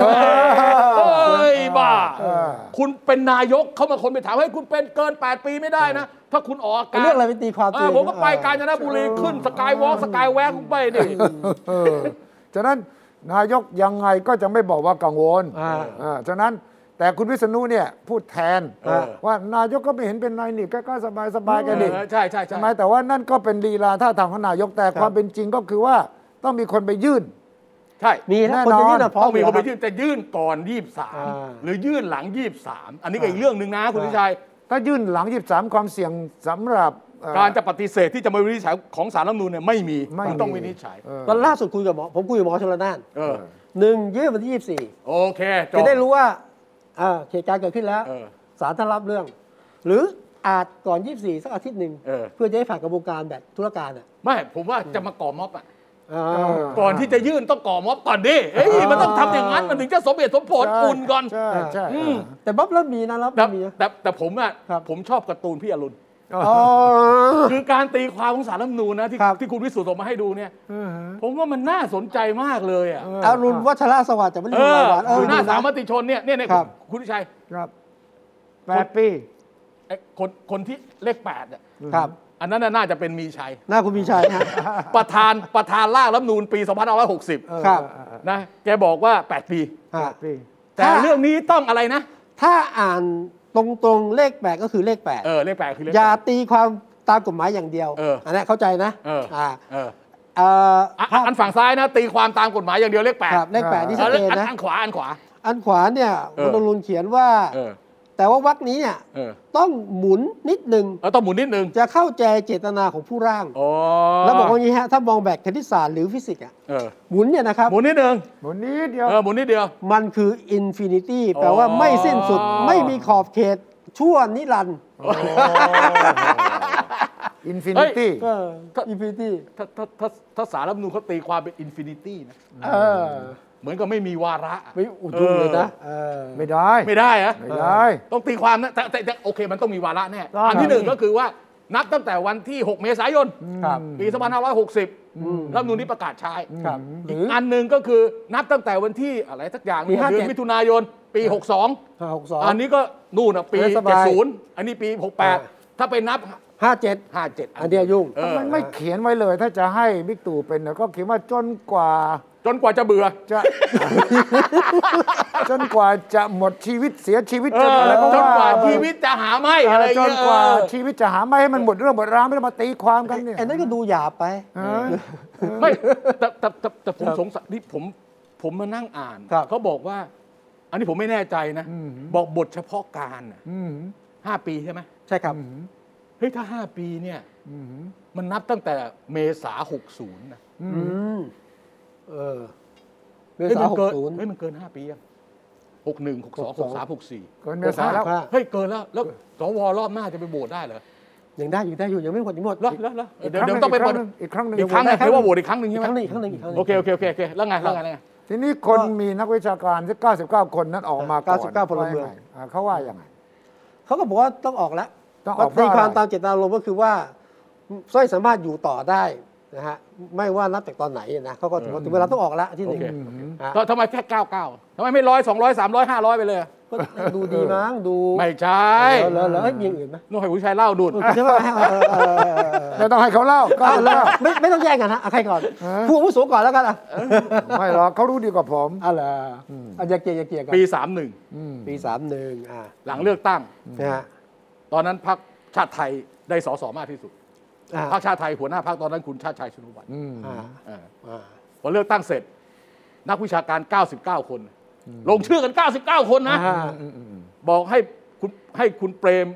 S2: เฮ้ยบ้า
S3: เออ
S2: คุณเป็นนายกเขามาคนไปถามให้ยคุณเป็นเกิน 8 ปีไม่ได้นะ ถ้าคุณออกอา
S1: เอา
S2: กา
S1: เรื่องอะไรไปตีความตัว
S2: เอ
S1: เอ
S2: องผมก็ไปกาญจ
S1: นะ
S2: นบุรีขึ้นสกายวอล์กสกายแวร์ผมไปนี่
S3: เออฉะนั้นนายกยังไงก็จะไม่บอกว่ากังวล
S1: อ่า
S3: เออฉะนั้นแต่คุณวิษณุเนี่ยพูดแทน
S2: เออ
S3: ว่านายกก็ไม่เห็นเป็นนายนี่ก็ก็สบายสบายๆกันดิ
S2: เออใช่ใช่
S3: ใช่
S2: ใช่
S3: ไหมแต่ว่านั่นก็เป็นลีลาท่าทางของนายกแต่
S1: ครับ
S3: ความเป็นจริงก็คือว่าต้องมีคนไปยื่น
S2: ใช่
S1: มีนะ
S3: แน่
S1: คน
S3: นอน
S1: จะยื่นอะพร้อม
S2: ต้องมี
S1: ยู่
S2: คนไป
S1: แล้วรับ
S2: ยื่นแต่ยื่นก่อน
S1: อ่า
S2: 23 หรือยื่นหลัง 23 อันนี้ก็อีกเรื่องหนึ่งนะคุณ
S1: อ่า
S2: วิชัย
S3: ถ้ายื่นหลัง 23 ความเสี่ยงสำหรับเอ่อ
S2: การจะปฏิเสธที่จะมาวินิจฉัยของสารรัฐธรรมนูญเนี่ยไม่มี
S3: ไม่มี
S2: คุณต้องวินิจฉัย
S3: เออ
S1: ตอนล่าสุดคุยกับหมอผมคุยกับหมอชลนาน
S2: เออ
S1: หนึ่งยื่นวันที่ 24
S2: โอเคจบ
S1: จะได้รู้ว่าอ่าเหตุการณ์เกิดขึ้นแล้ว
S2: เออ
S1: ศาลท่านรับเรื่อง หรืออาจก่อน 24 สักอาทิตย์หนึ่ง
S2: เออ
S1: เพื่อจะให้ผ่านกระบวนการแบบธุรการอ่ะ
S2: ไม่ผมว่าจะมาก่อม็อบอ่ะ
S1: อ่า
S2: ก่อนที่จะยื่นต้องก่อม็อบก่อนดิเอ้ยมันต้องทำอย่างนั้นมันถึงจะสมเหตุสมผล
S3: ใช่
S2: อุ่นก่อน
S3: ใช่ใช่
S2: อืม
S1: แต่บ๊อบเริ่มมีนะรับ
S2: แต่
S1: เริ่มมีนะ
S2: แต่แต่ผมอ่ะ
S1: ครับ
S2: ผมชอบการ์ตูนพี่อรุณ
S3: อ๋อ
S1: อ๋อ
S2: คือการตีความของสารรัฐธรรมนูญนะที่
S1: ครับ
S2: ที่คุณวิสุทธ์ส่งมาให้ดูเนี่ย ผมว่ามันน่าสนใจมากเลยอ่ะ
S1: อารุณวัชระสวัสดิ์จากบริ
S2: เอ
S1: ษัท
S2: อ
S1: หวานเออ
S2: หน้า
S1: ดู
S2: สา
S1: นะ
S2: มมติชนเนี่ยเนี่ยเนี่ย
S1: ครับ
S2: คุณวิชัย
S3: ครับแปดปี
S2: ไอ้คนคนที่เลขแปดอ่ะ
S1: ครับ
S2: อันนั้นน่ะน่าจะเป็นมีชัย
S1: หน้าคุณมีชัย ฮะ
S2: ประธานประธานร่างรัฐธรรมนูญปี
S3: เออ
S1: ครับ
S3: เออเออ
S2: 2560 นะ แกบอกว่า 8 ปี
S3: แป
S1: ฮะ
S3: ดปี
S2: แต่
S1: ถ้า
S2: เรื่องนี้ต้องอะไรนะ
S1: ถ้าอ่านตรงๆเลขแปดก็คือเลขแปด
S2: เออ เลขแปดคือเลข
S1: อย่าตีความตามกฎหมายอย่างเดียว
S2: เอออั
S1: นนี้เข้าใจนะ
S2: เออ
S1: ่า
S2: เออ
S1: เอ่อ
S2: อ่ะอ่ะอันฝั่งซ้ายนะ ตีความตามกฎหมายอย่างเดียวเลขแปด
S1: ครับเลขแปดนี่ชัดเจนนะ
S2: อันขวาอันขวา
S1: อันขวาเนี่ย
S2: เออ
S1: คุณอรุณเขียนว่า
S2: เออ
S1: แต่ว่าวักนี้เนี่ย
S2: เออ
S1: ต้องหมุนนิดหนึ่ง
S2: เออต้องหมุนนิดนึง
S1: จะเข้าใจเจตนาของผู้ร่าง
S2: โอ้
S1: แล้วบอกว่าอย่างนี้ฮะถ้ามองแบบคณิตศาสตร์หรือฟิสิกส์อะ
S2: เออ
S1: หมุนเนี่ยนะครับ
S2: หมุนนิดนึง
S3: หมดนี้เดียว
S2: เออหมุนนิดเดียว
S1: มันคืออินฟินิตี้
S2: อ๋อ
S1: แปลว่าไม่สิ้นสุดไม่มีขอบเขตชั่วนิรันดร์
S3: อินฟินิตี้
S1: ก็อินฟินิตี้
S2: ถ้าถ้าถ้าถ้าสารรัฐธรรมนูญเขาตีความเป็นอินฟินิตี้นะ
S1: เออ
S2: เหมือนกับไม่มีวาระอะ
S1: ไม่อุดมเลยนะเออ
S3: ไม่ได้
S2: ไม่ได้อะ
S3: ไม่ได้
S2: ต้องตีความนะแต่แต่แต่โอเคมันต้องมีวาระแน่
S3: ต้อง
S2: อันที่หนึ่งก็คือว่านับตั้งแต่วันที่ 6 เมษายน
S1: ครับ
S2: ปี 2560 รัฐธรรมนูญนี้ประกาศใช้
S1: ครับห
S2: อี
S1: รื
S2: ก
S1: อ
S2: อันหนึ่งก็คือนับตั้งแต่วันที่อะไรสักอย่าง
S1: ปี
S2: เนี่ยเดือน
S1: 57
S2: มิถุนายน ปี 62
S1: ห้าหกสอง
S2: อันนี้ก็นู่นนะปี
S1: เออสบาย
S2: 70 อันนี้ปี
S1: อ่า
S2: 68 ถ้าไปนับ
S1: ห้าเจ็ด
S2: 57
S1: อันเดียวยุ่ง
S2: เออ
S3: ทำไมไม่เขียนไว้เลย ถ้าจะให้บิ๊กตู่เป็นเนี่ยก็เขียนว่าจนกว่า
S2: จนกว่าจะเบื่อ
S3: จะ จนกว่าจะหมดชีวิตเสียชีวิตจนอะไรก็
S2: จน
S3: ว่าก
S2: ว่าชีวิตจะหาไม่
S3: เอ
S2: อะไร
S3: อ
S2: อย่ง
S3: จน
S2: เงี้ย
S3: กว่า
S2: เออ
S3: ชีวิตจะหาไม่ให้มันหมดเรื่องหมดราวไม่ต้องมาตีความกันเนี่ย
S1: ไอ้นั่นก็ดูหยาบไป
S3: เออ
S2: ไม่แต่แต่แต่แต่ผ
S1: ค
S2: ม
S1: รับ
S2: สงสัยนี่ผมผมมานั่งอ่าน
S1: ครับ
S2: เขาบอกว่า อันนี้ผมไม่แน่ใจนะ
S3: อืม
S2: บอกบทเฉพาะการน่ะ
S3: อืม
S2: ห้าปีใช่ไหม
S1: ใช่ครับ
S2: เฮ้ยถ้าห้าปีเนี่ย
S3: อืม
S2: มันนับตั้งแต่เมษาหกศูนย์นะ
S3: อื
S1: อืม
S3: ม
S1: เออเม
S2: เฮ้ย
S1: ษา
S2: มัน
S1: หก
S2: เกิน
S1: ศูนย์
S2: เฮ้ยมันเกินห้าปียังหกหนึ่งหกสองหกสามหกสี่
S3: เกินเมษาแล้ว
S1: ครับ
S2: เฮ้ยเกินแล้ว แล้วสวรอบหน้าจะไปโหวตได้เหรอ
S1: ยังได้อยู่ได้อยู่ยังไม่หมดยังไม่หมด
S2: แล้วแล้วแล้ว
S3: อีก
S2: เดี๋ยว
S3: ครั้ง
S2: เดี๋ยวต้องไป
S3: ห
S2: เปิด
S3: นึ่งอีกครั้งหนึ่ง
S2: อี
S3: อี
S2: ก
S3: ก
S2: ค
S3: ค
S2: รั้
S3: รั้
S2: งหนึ่งเห็
S3: งหนึ่ง
S2: นว่าโหวตอีกครั้งหนึ่ง
S1: อี
S2: ใช่
S1: กค
S2: ไหม
S1: รั้งหนึงอีกครั้งหนึงอีกครั้งห
S2: โอ
S1: นึง
S2: เคโอเคโอเคโอเคแล้วไงแล้วไงแล้วไง
S3: ทีนี้คนมีนักวิชาการสัก99 คนนั้นออกมาก่อน
S1: 99พลเมือง
S3: ว่ายัไอ่าเขาว่าอย่างไง
S1: เขาก็บอกว่าต้องออกแล้ว
S3: ต้องออกเพ
S1: ตี
S3: ราะอะไร
S1: ความตามเจตนารมณ์ก็คือว่าสร้อยสามารถอยู่ต่อได้นะฮะไม่ว่านับจากตอนไหนนะเขาก็ถือว่าถึงเวลาต้องออกแล้วที่หนึ่ง
S2: โอเค
S1: ฮะ
S2: แล้วทำไมแค่เก้าเก้าทำไมไม่ร้อยสองร้อยสามร้อยห้าร้อยไปเลยอะ
S1: ก็ดูดีมั้งดู
S2: ไม่ใช่
S1: แล้วแล้วแล้วเอ้ยมีอย่างอื่นไหม
S2: นู่นให้ผู้ชายเล่าดูด
S1: ใช่ไหมฮะเออเออเออเออ
S3: ไม่ต้องให้เขาเล่าก็
S1: เอาแล้
S3: เล่า
S1: วไม่ไม่ต้องแย่งกันฮะเอาใครก่อนผู้อาวุโสก่อนแล้วกันอ่ะ
S3: ไม่หรอกเขารู้ดีกว่าผม
S1: เอะไรอันอย่าเกลียดอย่าเกลียดกัน
S2: ปีสามหนึ่ง
S1: ปีสามหนึ่งอ่ะ
S2: หลังเลือกตั้ง
S1: นะฮะ
S2: ตอนนั้นพรรคชาติไทยได้สสมากที่สุด
S1: อ่ะ
S2: พรรคชาติไทยหัวหน้าพรรคตอนนั้นคุณชาติชัยชุนวัฒน์
S1: อ่ะ
S2: เออ
S1: อ่ะ
S2: พอเลือกตั้งเสร็จ นักวิชาการ 99 คน ลงชื่อกัน 99 คนนะ
S1: อ่า
S2: บอกให้คุณให้คุณเปรม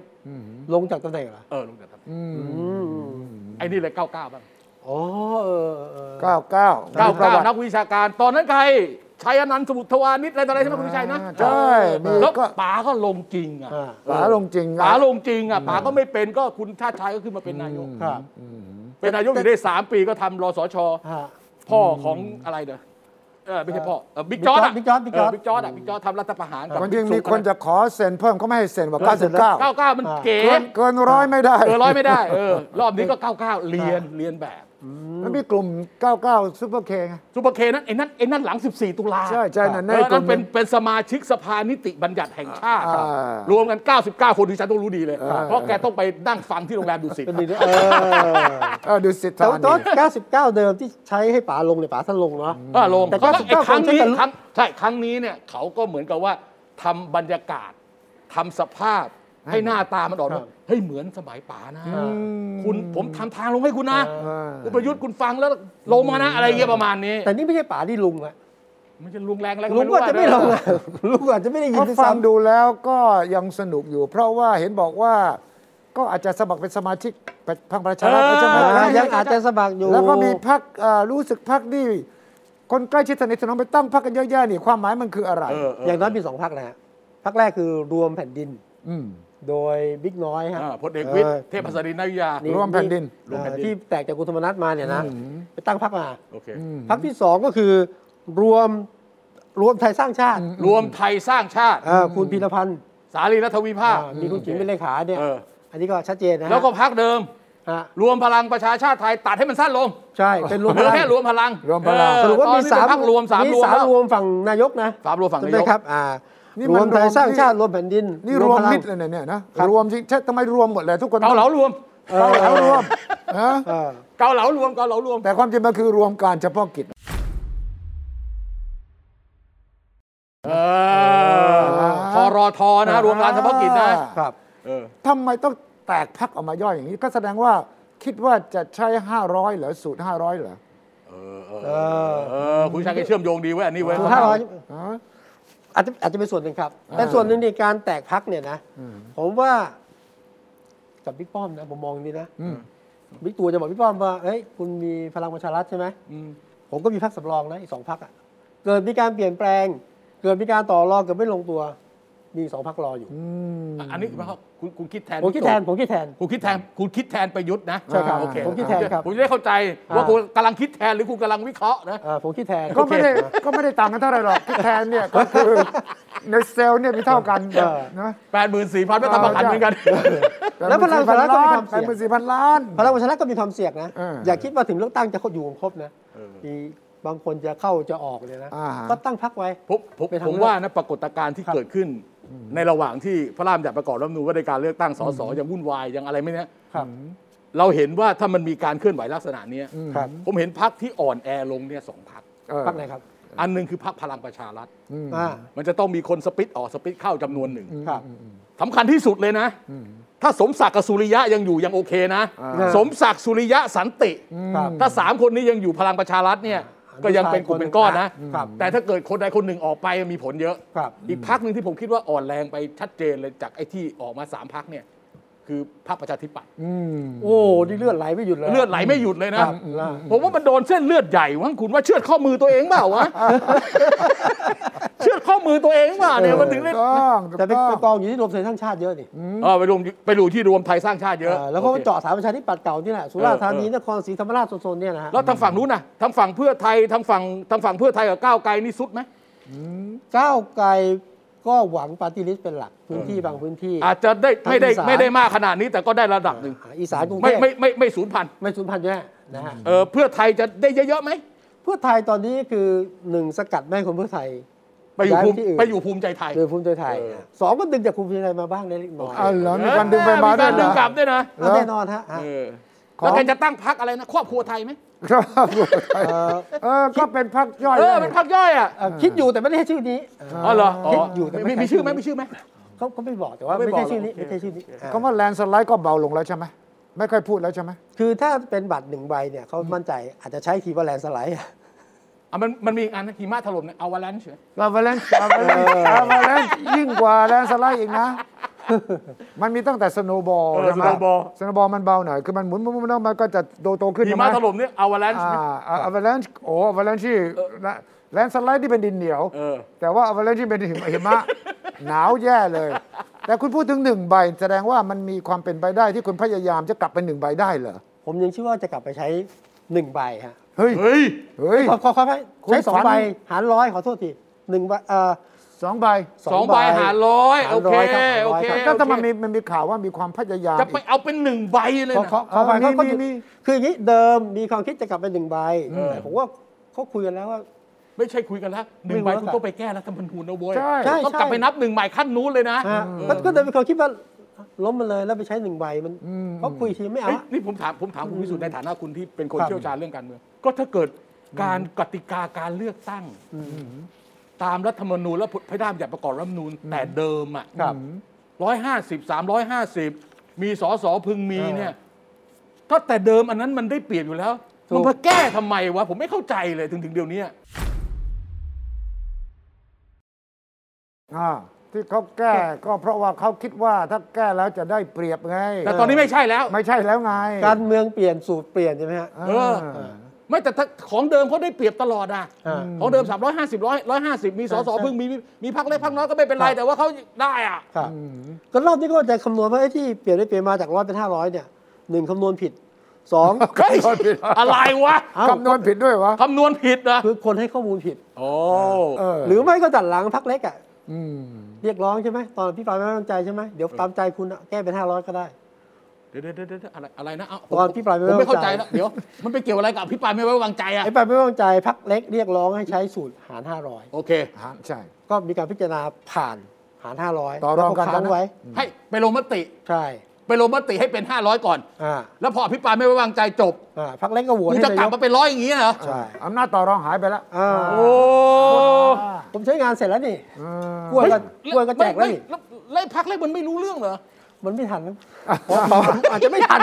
S1: ลงจากตำแหน่งเหรอ
S2: เออลงจากตำแหน่งไอ้นี่เลย 99 บ้าง
S1: อ๋อเออเออ
S3: เก้าเก้าประวัติ
S2: 99 นักวิชาการ ตอนนั้นใครชัยอนันต์สมุทรทวานิชอะไรต่ออะไรใช่ไหมคุณวิชัยนะ
S3: ใช่มี
S2: แล้ว
S3: ก็
S2: ป๋าก็ลงจริงอ่ะ
S1: อ่า
S3: ป๋าลงจริง
S2: ป๋า
S3: นะ
S2: ลงจริงอ่ะป๋าก็ไม่เป็นก็คุณชาติชายก็ขึ้นมาเป็นนายก
S1: ครับ
S2: เป็นนายกอยู่ได้สามปีก็ทำรสช
S1: ฮะ
S2: พ่อของอะไรเด้อเออไม่ใช่พ่อเออบิ๊ก
S1: บิ๊ก
S2: จอร์ด
S1: บิ๊กจอร์จบิ๊กจอร์จ
S2: บิ๊กจอร์ดอ่ะบิ๊กจอร์ดทำรัฐประหารกับ
S3: มันยังมีคนจะขอเซ็นเพิ่มก็ไม่ให้เซ็นว่า
S1: เออเสร็จแล้ว
S2: เก้าเก้ามัน
S1: อ่า
S2: เก๋
S3: 99เกินเกินร้อยไม่ได้
S2: เออร้อยไม่ได้เออรอบนี้ก็เก้าเก้าเรียนเรียนแบบ
S3: มันมีกลุ่ม 99ซูเปอร์เคไง
S2: ซูเปอร์เคนั้นไอ้นั่นไอ้นั่นหลัง 14 ตุลา
S3: ใช่ใช่นั่น
S2: เออ
S3: ในกลุ่
S2: นั่น
S3: ม
S2: เป็นเป็นสมาชิกสภานิติบัญญัติแห่งชาติครับ
S3: อ่าร
S2: วมกัน 99 คนที่ฉันต้องรู้ดีเลย
S3: อ่า
S2: เพราะแกต้องไปนั่งฟังที่โรงแรมดุสิต
S1: เป็นดีด้วยเออ
S3: เออดูสิ
S1: แต่
S3: ทา
S1: ว่า
S3: นี
S1: โต๊ะ99 เดิมที่ใช้ให้ป๋าลงเนี่ยป๋าท่านลงเนาะ
S2: ก็ลง
S1: แต่
S2: เขาก็ไอ้
S1: 99
S2: ครั้งนี้
S1: คนใช้กัน
S2: ครั้งใช่ครั้งนี้เนี่ยเขาก็เหมือนกับว่าทำบรรยากาศทำสภาพให้หน้าตามันออกมาเฮ้ยเหมือนสมัยป๋านะ คุณผมทำทางลงให้คุณนะ
S3: เออ
S2: คุณประยุทธ์คุณฟังแล้วลงมานะ อะไรเงี้ยประมาณนี้
S1: แต่นี่ไม่ใช่ป๋าที่ลุงอะ
S2: มันจะลุงแรงอะไร
S1: ลุงก็
S2: รู้
S1: จะไม่ลง
S2: นะ
S1: อะลุงอาจจะไม่ได้ยิน
S3: ก็
S1: ด้วย
S3: ฟัง
S1: ซ้ำ
S3: ดูแล้วก็ยังสนุกอยู่ เพราะว่าเห็นบอกว่าก็อาจจะสมัครเป็นสมาชิกพรรคประชารัฐใช่ไหม
S1: อ่ายังอาจจะสมัครอยู่
S3: แล้วก็มีพักรู้สึกพักนี่คนใกล้ชิดสนิทสนมไปตั้งพักกันเยอะแยะนี่ความหมายมันคืออะไร
S2: เออเออ
S1: อย่างน้อยมีสองพักนะฮะพักแรกคือรวมแผ่นดิน
S3: อืม
S1: โดยบิ๊กน้อยฮะ
S2: อ่าพลเอกวิทย์
S1: ออ
S2: เทพศรินนายุยา
S3: รวมแผ่นดิน
S1: เอ่อ
S2: รวมแผ่นดิน
S1: ที่แตกจากคุณธรรมนัฐมาเนี่ยนะไปตั้งพักมา
S2: โอเค
S1: พักที่สองก็คือ รวมรวมไทยสร้างชาติ
S2: รวมไทยสร้างชาติ
S1: เอ่อคุณพีรพันธ์
S2: สารีรัฐวิภาค
S1: อ่ามีคุณจิ๋มเป็นเลขาเนี่ย
S2: เออ
S1: อันนี้ก็ชัดเจนนะฮะ
S2: แล้วก็พักเดิม
S1: ฮะ
S2: รวมพลังประชาชาติไทยตัดให้มันสั้นลง
S1: ใช่เป็นรวม
S2: เหลือแค่รวมพลัง
S3: รวมพลัง
S2: เออ
S1: สรุปว่า
S2: ตอน
S1: มี
S2: นี้
S1: สาม
S2: เป็นพักรวมสามรวม
S1: สาม
S2: แล้ว
S1: รวมฝั่งนายกนะ
S2: สามรวมฝั่ง
S1: ใช่
S2: นา
S1: ไหม
S2: ยก
S1: ครับอ่า
S3: นี่
S1: ร
S3: มั
S1: วน มไทยสร้าง
S3: รวม
S1: ชาติรวมแผ่นดิน
S3: นี่รวม
S1: พลัง
S3: มิตรเลยเนี่ยนะ
S1: ครั
S3: ร
S1: บ
S3: วมจริงใช่ทำไมรวมหมดเลยทุกคน
S2: เกาเหลารวม
S3: เกาเหลารวมฮะ
S1: เออ
S2: เกาเหลารวมเกาเหลารวม
S3: แต่ความจริงมันคือรวมการเฉพาะกิจ
S2: เออทรทนะรวมร้านเฉพาะกิจนะครับ เออ
S3: ทำไมต้องแตกพักออกมาย่อยอย่างนี้ ก็แสดงว่าคิดว่าจะใช้ 500 เหรอ สูตร 500 เหรอ
S1: เออ
S2: เออคุณชายแกเชื่อมโยงดีเว้ยอันนี้เว้ย
S1: ถ้าเรา
S3: อ๋อ
S1: อาจจะอาจจะเป็นส่วนหนึ่งครับ แต่ส่วนหนึ่งในการแตกพักเนี่ยนะ ผมว่ากับบิ๊กป้อมนะ ผมมองอย่างนี้นะบิ๊กตู่จะบอกบิ๊กป้อมว่าเฮ้ยคุณมีพลังประชารัฐใช่ไหมผมก็มีพักสำรองนะอีกสองพักอ่ะเกิดมีการเปลี่ยนแปลง เกิดมีการต่อรองเกิดไม่ลงตัว มีอีกสองพักรออยู่
S2: อันนี้คุณคุณคุณคิดแทน
S1: ผมคิดแทน
S2: พี่
S1: ผมคิดแทน
S2: ตู่คุณคิดแทนคุณคิดแทนประยุทธ์นะ
S1: ใช่ครับ
S2: โอเ
S1: ผมคิดแทนครับ
S2: ผมจะได้เข้าใจว่า
S1: อ่า
S2: คุณกำลังคิดแทนหรือคุณกำลังวิเคราะห์นะ
S1: เอ่อผมคิดแทน
S3: ก็ไม่ได้
S1: โอเค
S3: ก็ไม่ได้ต่างกันเท่าไหร่หรอกที่แทนเนี่ยก็คือในเซลล์เนี่ยมีเท่ากัน
S1: เออ
S3: นะ
S2: 8 4 0 0 0พันไม่ทำประกันเหมือนกัน
S1: แล้วพลังประชารัฐก็มี
S3: ล้า
S1: คน วามเสี่ยง
S3: แปดหมื่นสี่พันล้าน
S1: พลังประชารัฐก็มีความเสี่ยงนะ
S3: เออ
S1: อย่าคิดว่าถึงเลือกตั้งจะอยู่ครบนะ
S2: เออ
S1: มีบางคนจะเข้าจะออกเลยนะ
S3: อ่าฮะ
S1: ก็ตั้งพักไว้
S2: ผมผม
S1: ไปทาง
S2: ผม
S1: เลือก
S2: ว่านะปรากฏการณ์ที่เกิดขึ้น ในระหว่างที่พระรามจัดประกอบรัฐธรรมนูญว่าในการเลือกตั้งสสยังวุ่นวายยังอะไรไม่เนี้ย
S1: ครับ
S2: เราเห็นว่าถ้ามันมีการเคลื่อนไหวลักษณะเนี้ย
S1: ครับ
S2: ผมเห็นพักที่อ่อนแอลงเนี่ยสองพัก
S3: เออ
S1: พักไหนครับ
S2: อันหนึงคือพักพลังประชารัฐ
S1: อ่า
S2: มันจะต้องมีคนสปิตออกสปิตเข้าจำนวนหนึ่ง
S1: ครับ
S2: สำคัญที่สุดเลยนะ ถ้าสมศักดิ์กับสุริยะยังอยู่ยังโอเคนะ
S1: อ่า
S2: สมศักดิ์สุริยะสันติ
S1: ครับ
S2: ถ้าสามคนนี้ยังอยู่พลังประชารัฐเนี่ย
S1: อ่า
S2: ก็ยังเป็นกลุ่มเป็นก้อนนะ
S1: ครับ
S2: แต่ถ้าเกิดคนใดคนหนึ่งออกไปมีผลเยอะ
S1: ครับ
S2: อีกพักหนึ่งที่ผมคิดว่าอ่อนแรงไปชัดเจนเลยจากไอ้ที่ออกมาสามพักเนี่ย คือพรรคประชาธิปัตย์
S1: โอ้นี่เลือดไหลไม่หยุดเลย
S2: เลือดไหลไม่หยุดเลย
S1: ค
S2: นะ
S1: รับอ่า
S2: ผมว่ามันโดนเส้นเลือดใหญ่วังคุณว่าเชือดข้อมือตัวเองเปล่าวะ เชือดข้อมือตัวเองเปล่าเนี่ยมันถึงได้
S3: ต้อง
S1: แต่ไป
S3: ต้อง
S1: ไปกองอยู่ที่รวมไทยสร้างชาติเยอะนี่
S2: เออไปรวมไปรวมที่รวมไทยสร้างชาติเยอะ
S1: อ่าแล้วก็
S2: โอค
S1: เจาะสามประชาธิปัตย์เก่านี่แหละสุราษฎร์ธานี
S2: เออเออ
S1: นครศรีธรรมราชโซนๆเนี่ยนะฮะ
S2: แล้วทางฝั่งนู้นนะทางฝั่งเพื่อไทยทางฝั่งทางฝั่งเพื่อไทยกับก้าวไกลนี่สุดไหม
S1: ก้าวไกลก็หวังปาร์ตี้ลิสต์เป็นหลักพื้นที่บางพื้นที่
S2: อาจจะได้ไม่ได้
S1: ทางอีสาน
S2: ไม่ได้มากขนาดนี้แต่ก็ได้ระดับหนึ่ง
S1: อ่าอีสานกรุงเท
S2: ไม่
S1: พ
S2: ไม่ไม่ไม่ศูนย์พัน
S1: ไม่สูญพันธุ์แน่นะฮะ
S2: เออเพื่อไทยจะได้เยอะๆไหม
S1: เพื่อไทยตอนนี้คือหนึ่งสกัดไม่ให้คนเพื่อไทย
S2: ไปอยู่ภูมิ
S1: ย้ายไปที่อื่น
S2: ไปอยู่ภูมิใจไทย
S1: โดยภูมิใจไทยนะสองก็ดึงจากภูมิใจไทยมาบ้างเล็กน้อย
S3: เอาเหรอมีการดึงไปมา
S2: เออมี
S3: ด้ว
S2: กาย ร
S3: เหร
S2: ดึง
S3: อก
S2: ลับด้วยนะ
S1: เอาแน่นอนฮะอ่ะ
S2: เออแล้วแกจะตั้งพักอะไรนะครอบครัวไทยไหม
S3: ครับ
S1: เอ่อ
S3: เออก็เป็นพักย่อย
S2: เออ
S3: ได้
S2: เป็นพักย่อยอ่ะ
S1: เอ่อคิดอยู่แต่ไม่ได้ให้ชื่อนี้
S2: อ๋อเหรออ๋อ
S1: คิดอยู่แต่ไม่
S2: มี
S1: ใช่
S2: มีชื่อไหมมีชื่อไหม
S1: เขาเขาไม่บอกแต่ว่า
S2: ไม่
S1: ไม่
S2: บอก
S1: ใช่ชื่อนี้
S2: หรอก
S1: ไม่ใช่ชื่อนี้อ่ะ
S3: คำว่าแลนสไลด์ก็เบาลงแล้วใช่ไหมไม่ค่อยพูดแล้วใช่ไหม
S1: คือถ้าเป็นบัตรหนึ่งใบเนี่ยเขามั่นใจอาจจะใช้คีย์ว่าแลนด์สไลด์
S2: อ่ะมันมันมีอีกอันนะหิมะถล่มเนี่ยเอาวาแลนเฉย
S3: ลาวาเลนลาวาเลนลาวาเลน ยิ่งกว่าแลนสไลด์อีกนะ มันมีตั้งแต่สโนบอล
S2: เออสโนว์บอล
S3: สโนบอลมันเบาหน่อย คือมันหมุนหมุนหมุนแล้วมันก็จะโตโตขึ้น
S2: หิ
S3: ใช่ไห
S2: มะถล่มเนี่ยเอาวาแลน
S3: อ่าอวาเลนโอ้อวาเลนที่แลนสไลด์ที่เป็นดินเหนียว
S2: เออ
S3: แต่ว่าอวาเลนที่เป็นหิมะหิมะ หนาวแย่เลย แต่คุณพูดถึงหนึ่งใบ แสดงว่ามันมีความเป็นไปได้ที่คุณพยายามจะกลับไปหนึ่งใบได้เหรอ
S1: ผมยังเชื่อว่าจะกลับไปใช้หนึ่งใบฮะ
S3: เฮ้ย
S2: เฮ้ย
S3: เฮ้ย
S1: ขอขอขอขอ
S3: คุณ
S1: ใช้สอง
S3: ฝัน
S1: ใบหารร้อยขอโทษทีหนึ่งใบเอ่อ
S3: สองใบ
S2: สองใบหารร้อยโอ
S1: หารร้
S2: เค
S1: อยครับ
S2: โอ
S1: หารร้อย
S2: เค
S1: ครับ
S3: ก็แต่มันมีมันมีข่าวว่ามีความพยายาม
S2: จะไปเอาเป็นหนึ่งใบเลย
S1: ขอ
S2: นะ
S1: ขอขอไป
S3: เออ
S1: เขาก็
S3: มีมีมี
S1: คืออย่างนี้เดิมมีความคิดจะกลับไปหนึ่งใบ
S2: เออ
S1: แต่ผมว่าเขาคุยกันแล้วว่า
S2: ไม่ใช่คุยกันแล้วหนึ่ง
S1: ไม่
S2: ใบ
S1: เวิร์ก
S2: คุณ
S1: อะ
S2: ต้องไปแก้รัฐธรรมนูญนะโว้ย
S3: ใช่
S1: ใช่
S2: ต้อง
S1: ใช่
S2: กลับไปนับหนึ่งใหม่ขั้นนู้นเลยนะ
S1: ฮะก็ก็เดิมมีความคิดว่าล้มมันเลยแล้วไปใช้หนึ่งใบมันเขาคุยทีไม่เอา
S2: เฮ้ย
S1: อะ
S2: นี่ผมถามผมถามคุณวิสุทธิ์ในฐานะคุณที่เป็นคน
S1: ครับ
S2: เชี่ยวชาญเรื่องการเมืองก็ถ้าเกิดการกติกาการเลือกตั้ง ตามรัฐธรรมนูญและพระราชบัญญัติประกอบรัฐธรรมนูญแต่เดิมอ่ะ
S1: ครับ
S2: ร้อยห้าสิบสามร้อยห้าสิบมีสอสอพึงมีเนี่ยก็แต่เดิมอันนั้นมันได้เปรียบอยู่แล้ว
S1: ถูก
S2: มันมาแก้ทำไมวะผมไม่เข้าใจเลยถึงถึงเดี๋ยวนี้
S3: อ่าที่เขาแก้ก็เพราะว่าเขาคิดว่าถ้าแก้แล้วจะได้เปรียบไง
S2: แต่ตอนนี้ไม่ใช่แล้ว
S3: ไม่ใช่แล้วไง
S1: การเมืองเปลี่ยนสูตรเปลี่ยนใช่ไหมฮะ
S2: เออ
S3: เออ
S2: ไม่แต่ถ้าของเดิมเขาได้เปรียบตลอดอ่ะ
S1: อืม
S2: ของเดิม 350 100 150 มีสอสอ
S1: ใช่
S2: เพิ่งมีมีมีพักเล็กพักน้อยก็ไม่เป็นไร
S1: ครับ
S2: แต่ว่าเขาได้อ่ะ
S1: ครับก็รอบนี้ก็จะคำนวณว่าไอ้ที่เปลี่ยนได้เปลี่ยนมาจากร้อยเป็นห้าร้อยเนี่ยหนึ่งคำนวณผิดสอง
S2: เฮ้ย อะไรวะ
S1: เอ้า
S3: คำนวณผิดด้วยวะ
S2: คำนวณผิดนะ
S1: คือคนให้ข้อมูลผิด
S2: โอ้
S3: เออ
S1: หรือไม่ก็จัดหลังพักเล็กอ่ะ
S3: ม
S1: เรียกร้องใช่ไหมตอนพี่ปรายไม่ไว้วางใจใช่ไหมเดี๋ยวตามใจคุณอะแก้เป็นห้าร้อยก็ได้
S2: เดี๋ยวเดี๋ยวเดี๋ยวเดี๋ยวอะไรอะไรนะเา
S1: ตอนพี่ปรายไม่
S2: ผมไม่เข้าใจ
S1: ไว้วางใจ
S2: แล้วเดี๋ยว มันไปเกี่ยวอะไรกับพี่ปรายไม่ไว้วางใจอ่ะ
S1: ไอ้ปรายไม่ไว้วางใจพักเล็กเรียกร้องให้ใช้สูตรหารห้าร้อย
S2: โอเค
S3: ฮะใช่
S1: ก็มีการพิจารณาผ่านหารห้าร้อย
S3: ต่อรองกันนะ
S1: ค้างไว้
S2: ให้ไปลงมติ
S1: ใช่
S2: ไปลงมติให้เป็น 500 ก่อน
S1: อ่า
S2: แล้วพอพี่ปรายไม่ไว้วางใจจบ
S1: อ่าพักเล็กก็โหวต
S2: มึง
S1: ให้
S2: จะ
S1: นาก
S2: ลับ
S1: ยก
S2: มาเป็นร้อยอย่างงี้เหรอ
S1: ใช่
S3: อำนาจต่อรองหายไปแล้ว
S1: อ่า
S2: โอ้
S1: ผมใช้งานเสร็จแล้วนี่
S3: เออก
S1: ล้วยก็กล้วยก็แจกแล้ว
S2: ไม่
S1: นี่
S2: ไม่แล้วพักเล็กมันไม่รู้เรื่องเหรอ
S1: มันไม่ทันนะอาจจะไม่ทัน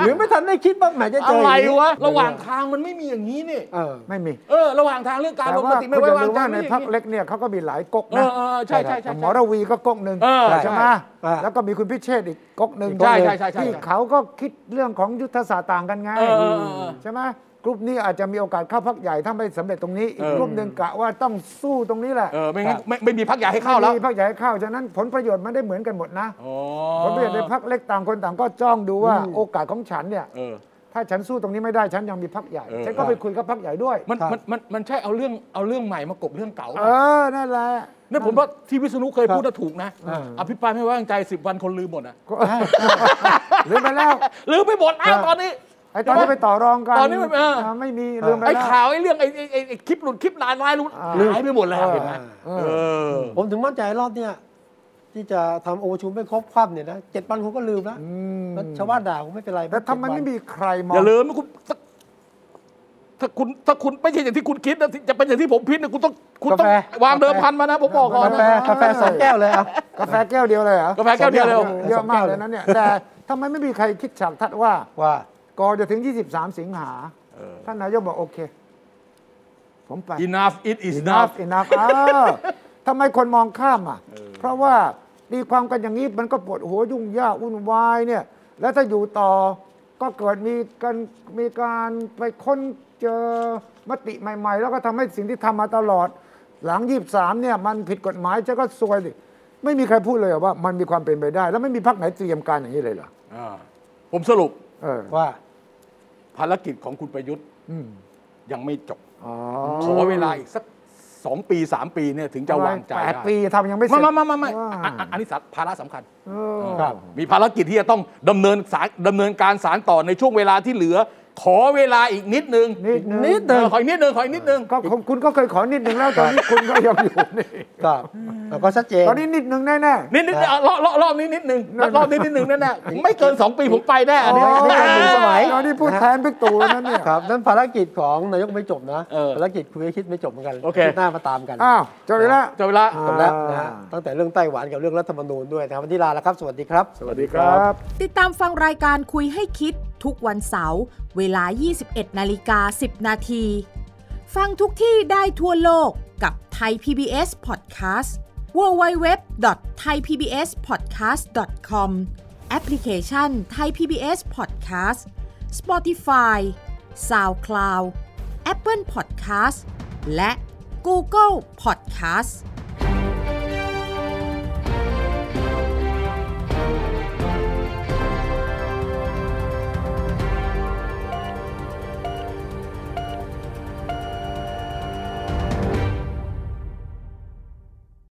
S1: หรือไม่ทันได้คิดบ้างแหมจะเจ
S2: อะ
S1: อ
S2: ไร
S1: ย่างนี้
S2: วะ ระหว่างทางมันไม่มีอย่างนี้นี่
S1: เออ
S3: ไม่มี
S2: เออ ระหว่างทางเรื่องการ
S3: แต่
S2: ลงม
S3: ว่า
S2: ติ
S3: คุ
S2: ไม่
S3: ณ
S2: ไว้
S3: จะ
S2: วาง
S3: รู้
S2: ใจ
S3: ว่าใน
S2: ไม่มี
S3: พักเล็กเนี่ยเขาก็มีหลายก๊กนะ
S2: เออเออใช่ใช่ใช่
S3: แต่หมอระวีก็ก๊กหนึ่ง
S2: เออ
S3: ใช่ไหม
S1: ใช่
S3: แล้วก็มีคุณพิเชษฐ์อีกก๊กหนึ่ง
S2: ใช่ใช่ใช่ใช่
S3: ที่เขาก็คิดเรื่องของยุทธศาสตร์ต่างกันไง
S2: เออเออเออ
S3: ใช่ไหมกลุ่มนี้อาจจะมีโอกาสเข้าพักใหญ่ถ้าไม่สำเร็จตรงนี้อีก
S2: เออ
S3: กลุ่มหนึ่งกะว่าต้องสู้ตรงนี้แหละ
S2: เออไม่งั้นไม่ไม่มีพักใหญ่ให้เข้าแล้ว
S3: มีพรรคใหญ่เข้าฉะนั้นผลประโยชน์ไม่ได้เหมือนกันหมดนะ
S2: อ๋อ
S3: ผลประโยชน์ในพรรคเล็กต่างคนต่างก็จ้องดูว่าโอกาสของฉันเนี่ย
S2: เออ
S3: ถ้าฉันสู้ตรงนี้ไม่ได้ฉันยังมีพรรคใหญ่
S2: เออ
S3: ฉันก็ไปคุยกับพรรคใหญ่ด้วย
S2: มัน
S1: ครับ
S2: มันมันมันใช่เอาเรื่องเอาเรื่องใหม่มากบเรื่องเก่า
S3: เออนั่นแหละ
S2: นั่นผมว่าที่วิษณุเคยพูดน่ะถูกนะ
S1: เออ
S2: อภิปรายไม่ไว้วางใจสิบวันคนลืมหมดอ่ะ
S3: ก็ ลืมไปแล้ว
S2: ลืมไปหมดแล้วตอนนี้
S3: ไอ้ตอนที่ไปต่อรองกัน
S2: ตอนนี้มันเออ
S3: ไม่มีลืมไป
S2: ไอ้
S3: แล้ว
S2: ข่าวไอ้เรื่องไอ้ไอ้ไอ้ไอ้คลิปหลุดคลิปลายลายหลุดหายไปหมดแล้วเห็นไหม
S3: เอ
S2: เอ
S3: อ
S2: อ
S1: ผมถึงมั่นใจรอบเนี้ยที่จะทำโอชุมไม่ครบคว่ำเนี่ยนะเจ็ดวันผมก็ลืมแล้วแล้วชาวบ้านด่าผมไม่เป็นไร
S3: แต่ทำไมไม่มีใครมอง
S2: อย่าลืมนะคุณถ้าถ้าคุณถ้าคุณไม่ใช่อย่างที่คุณคิดนะที่จะเป็นอย่างที่ผมคิดนะคุณต้องคุณต้องวางเดิมพันมานะผมบอกก่อน
S1: กาแฟ
S2: นะ
S1: กาแฟสองแก้วเลยอ่ะ
S3: กาแฟแก้วเดียวเลยเหรอก
S2: าแฟแก้วเดียวเลย
S3: เยอะมากเลยนะเนี่ยแต่ทำไมไม่มีใครคิดฉากทัดว่า
S1: ว่า
S3: ก่อนจะถึง 23 สิงหา ท่านนายกบอกโอเค ผมไป
S2: enough it is
S3: enough
S2: enough
S3: enough อ้าวทำไมคนมองข้ามอ่ะ เพราะว่าตีความกันอย่างนี้มันก็ปวดหัวยุ่งยากวุ่นวายเนี่ย แล้วถ้าอยู่ต่อก็เกิดมีการมีการไปค้นเจอมติใหม่ ๆ แล้วก็ทำให้สิ่งที่ทำมาตลอด หลัง 23 เนี่ย มันผิดกฎหมายจะก็ซวยดิไม่มีใครพูดเลยเหรอว่า มันมีความเป็นไปได้ แล้วไม่มีพรรคไหนเตรียมการอย่างนี้เลยเหรอ
S2: อ่าผมสรุป
S3: เออ
S1: ว่า
S2: ภารกิจของคุณประยุทธ์
S3: อืม
S2: ยังไม่จบ
S3: อ๋อ
S2: ขอเวลาอีกสักสองปีสามปีเนี่ยถึงจะวางใจ
S3: แปด
S2: ได้
S3: ปีทำยังไม่เสร็
S2: ไม่
S3: จ
S2: ไม่ไม่ไม่ไม่อั
S3: อ่า
S2: นอันอันนี้สาภาระสำคัญ
S3: เออ
S1: ครับ
S2: มีภารกิจที่จะต้องดำเนินสารดำเนินการสารต่อในช่วงเวลาที่เหลือ ขอเวลาอีกนิดนึง
S3: นิดนึง
S1: นิดหนึ่ง
S2: เออขออีกนิดนึงขออีกนิดนึง
S3: ก็คุณคุณก็เคยขอนิดนึงแล้วตอนนี้คุณก็ยังอยู่นี่
S1: ครับแล้วก็ชัดเจน
S3: ตอนนี้นิดนึงแน่
S2: นิดนิดเอารอบรอบรอบนี้นิดหนึ่งรอบนี้นิดหนึ่งแน่ๆไม่เกิน 2 ปีผมไปแน่อันนี้
S3: อ๋อ
S1: ไม่เกินหนึ่งสมัย
S3: ๆตอนนี้พูดแทนบิ๊กตู่แล้วนะเนี่ย
S1: ครับนั่นภารกิจของนายกไม่จบนะ
S2: เออ
S1: ภารกิจคุยให้คิดไม่จบเหมือนกัน
S2: โอเค
S1: าทิตย์หน้ามาตามกัน
S3: อ้าวเจอแล้ว
S2: จะเวลา
S1: จบแล้วนะฮะ
S3: อ่า
S1: ตั้งแต่เรื่องไต้หวันกับเรื่องรัฐธรรมนูญด้วยนะครับวันนี้ลาแล้วครับ สวัสดีครับ
S3: ครับ
S4: ติดตามฟังรายการคุยให้คิดทุกวันเสาร์เวลา 21 นาฬิกา 10 นาที ฟังทุกที่ได้ทั่วโลกกับไทย PBS Podcast www.thaipbspodcast.com แอปพลิเคชัน Thai PBS Podcast Spotify SoundCloud Apple Podcast และ Google Podcast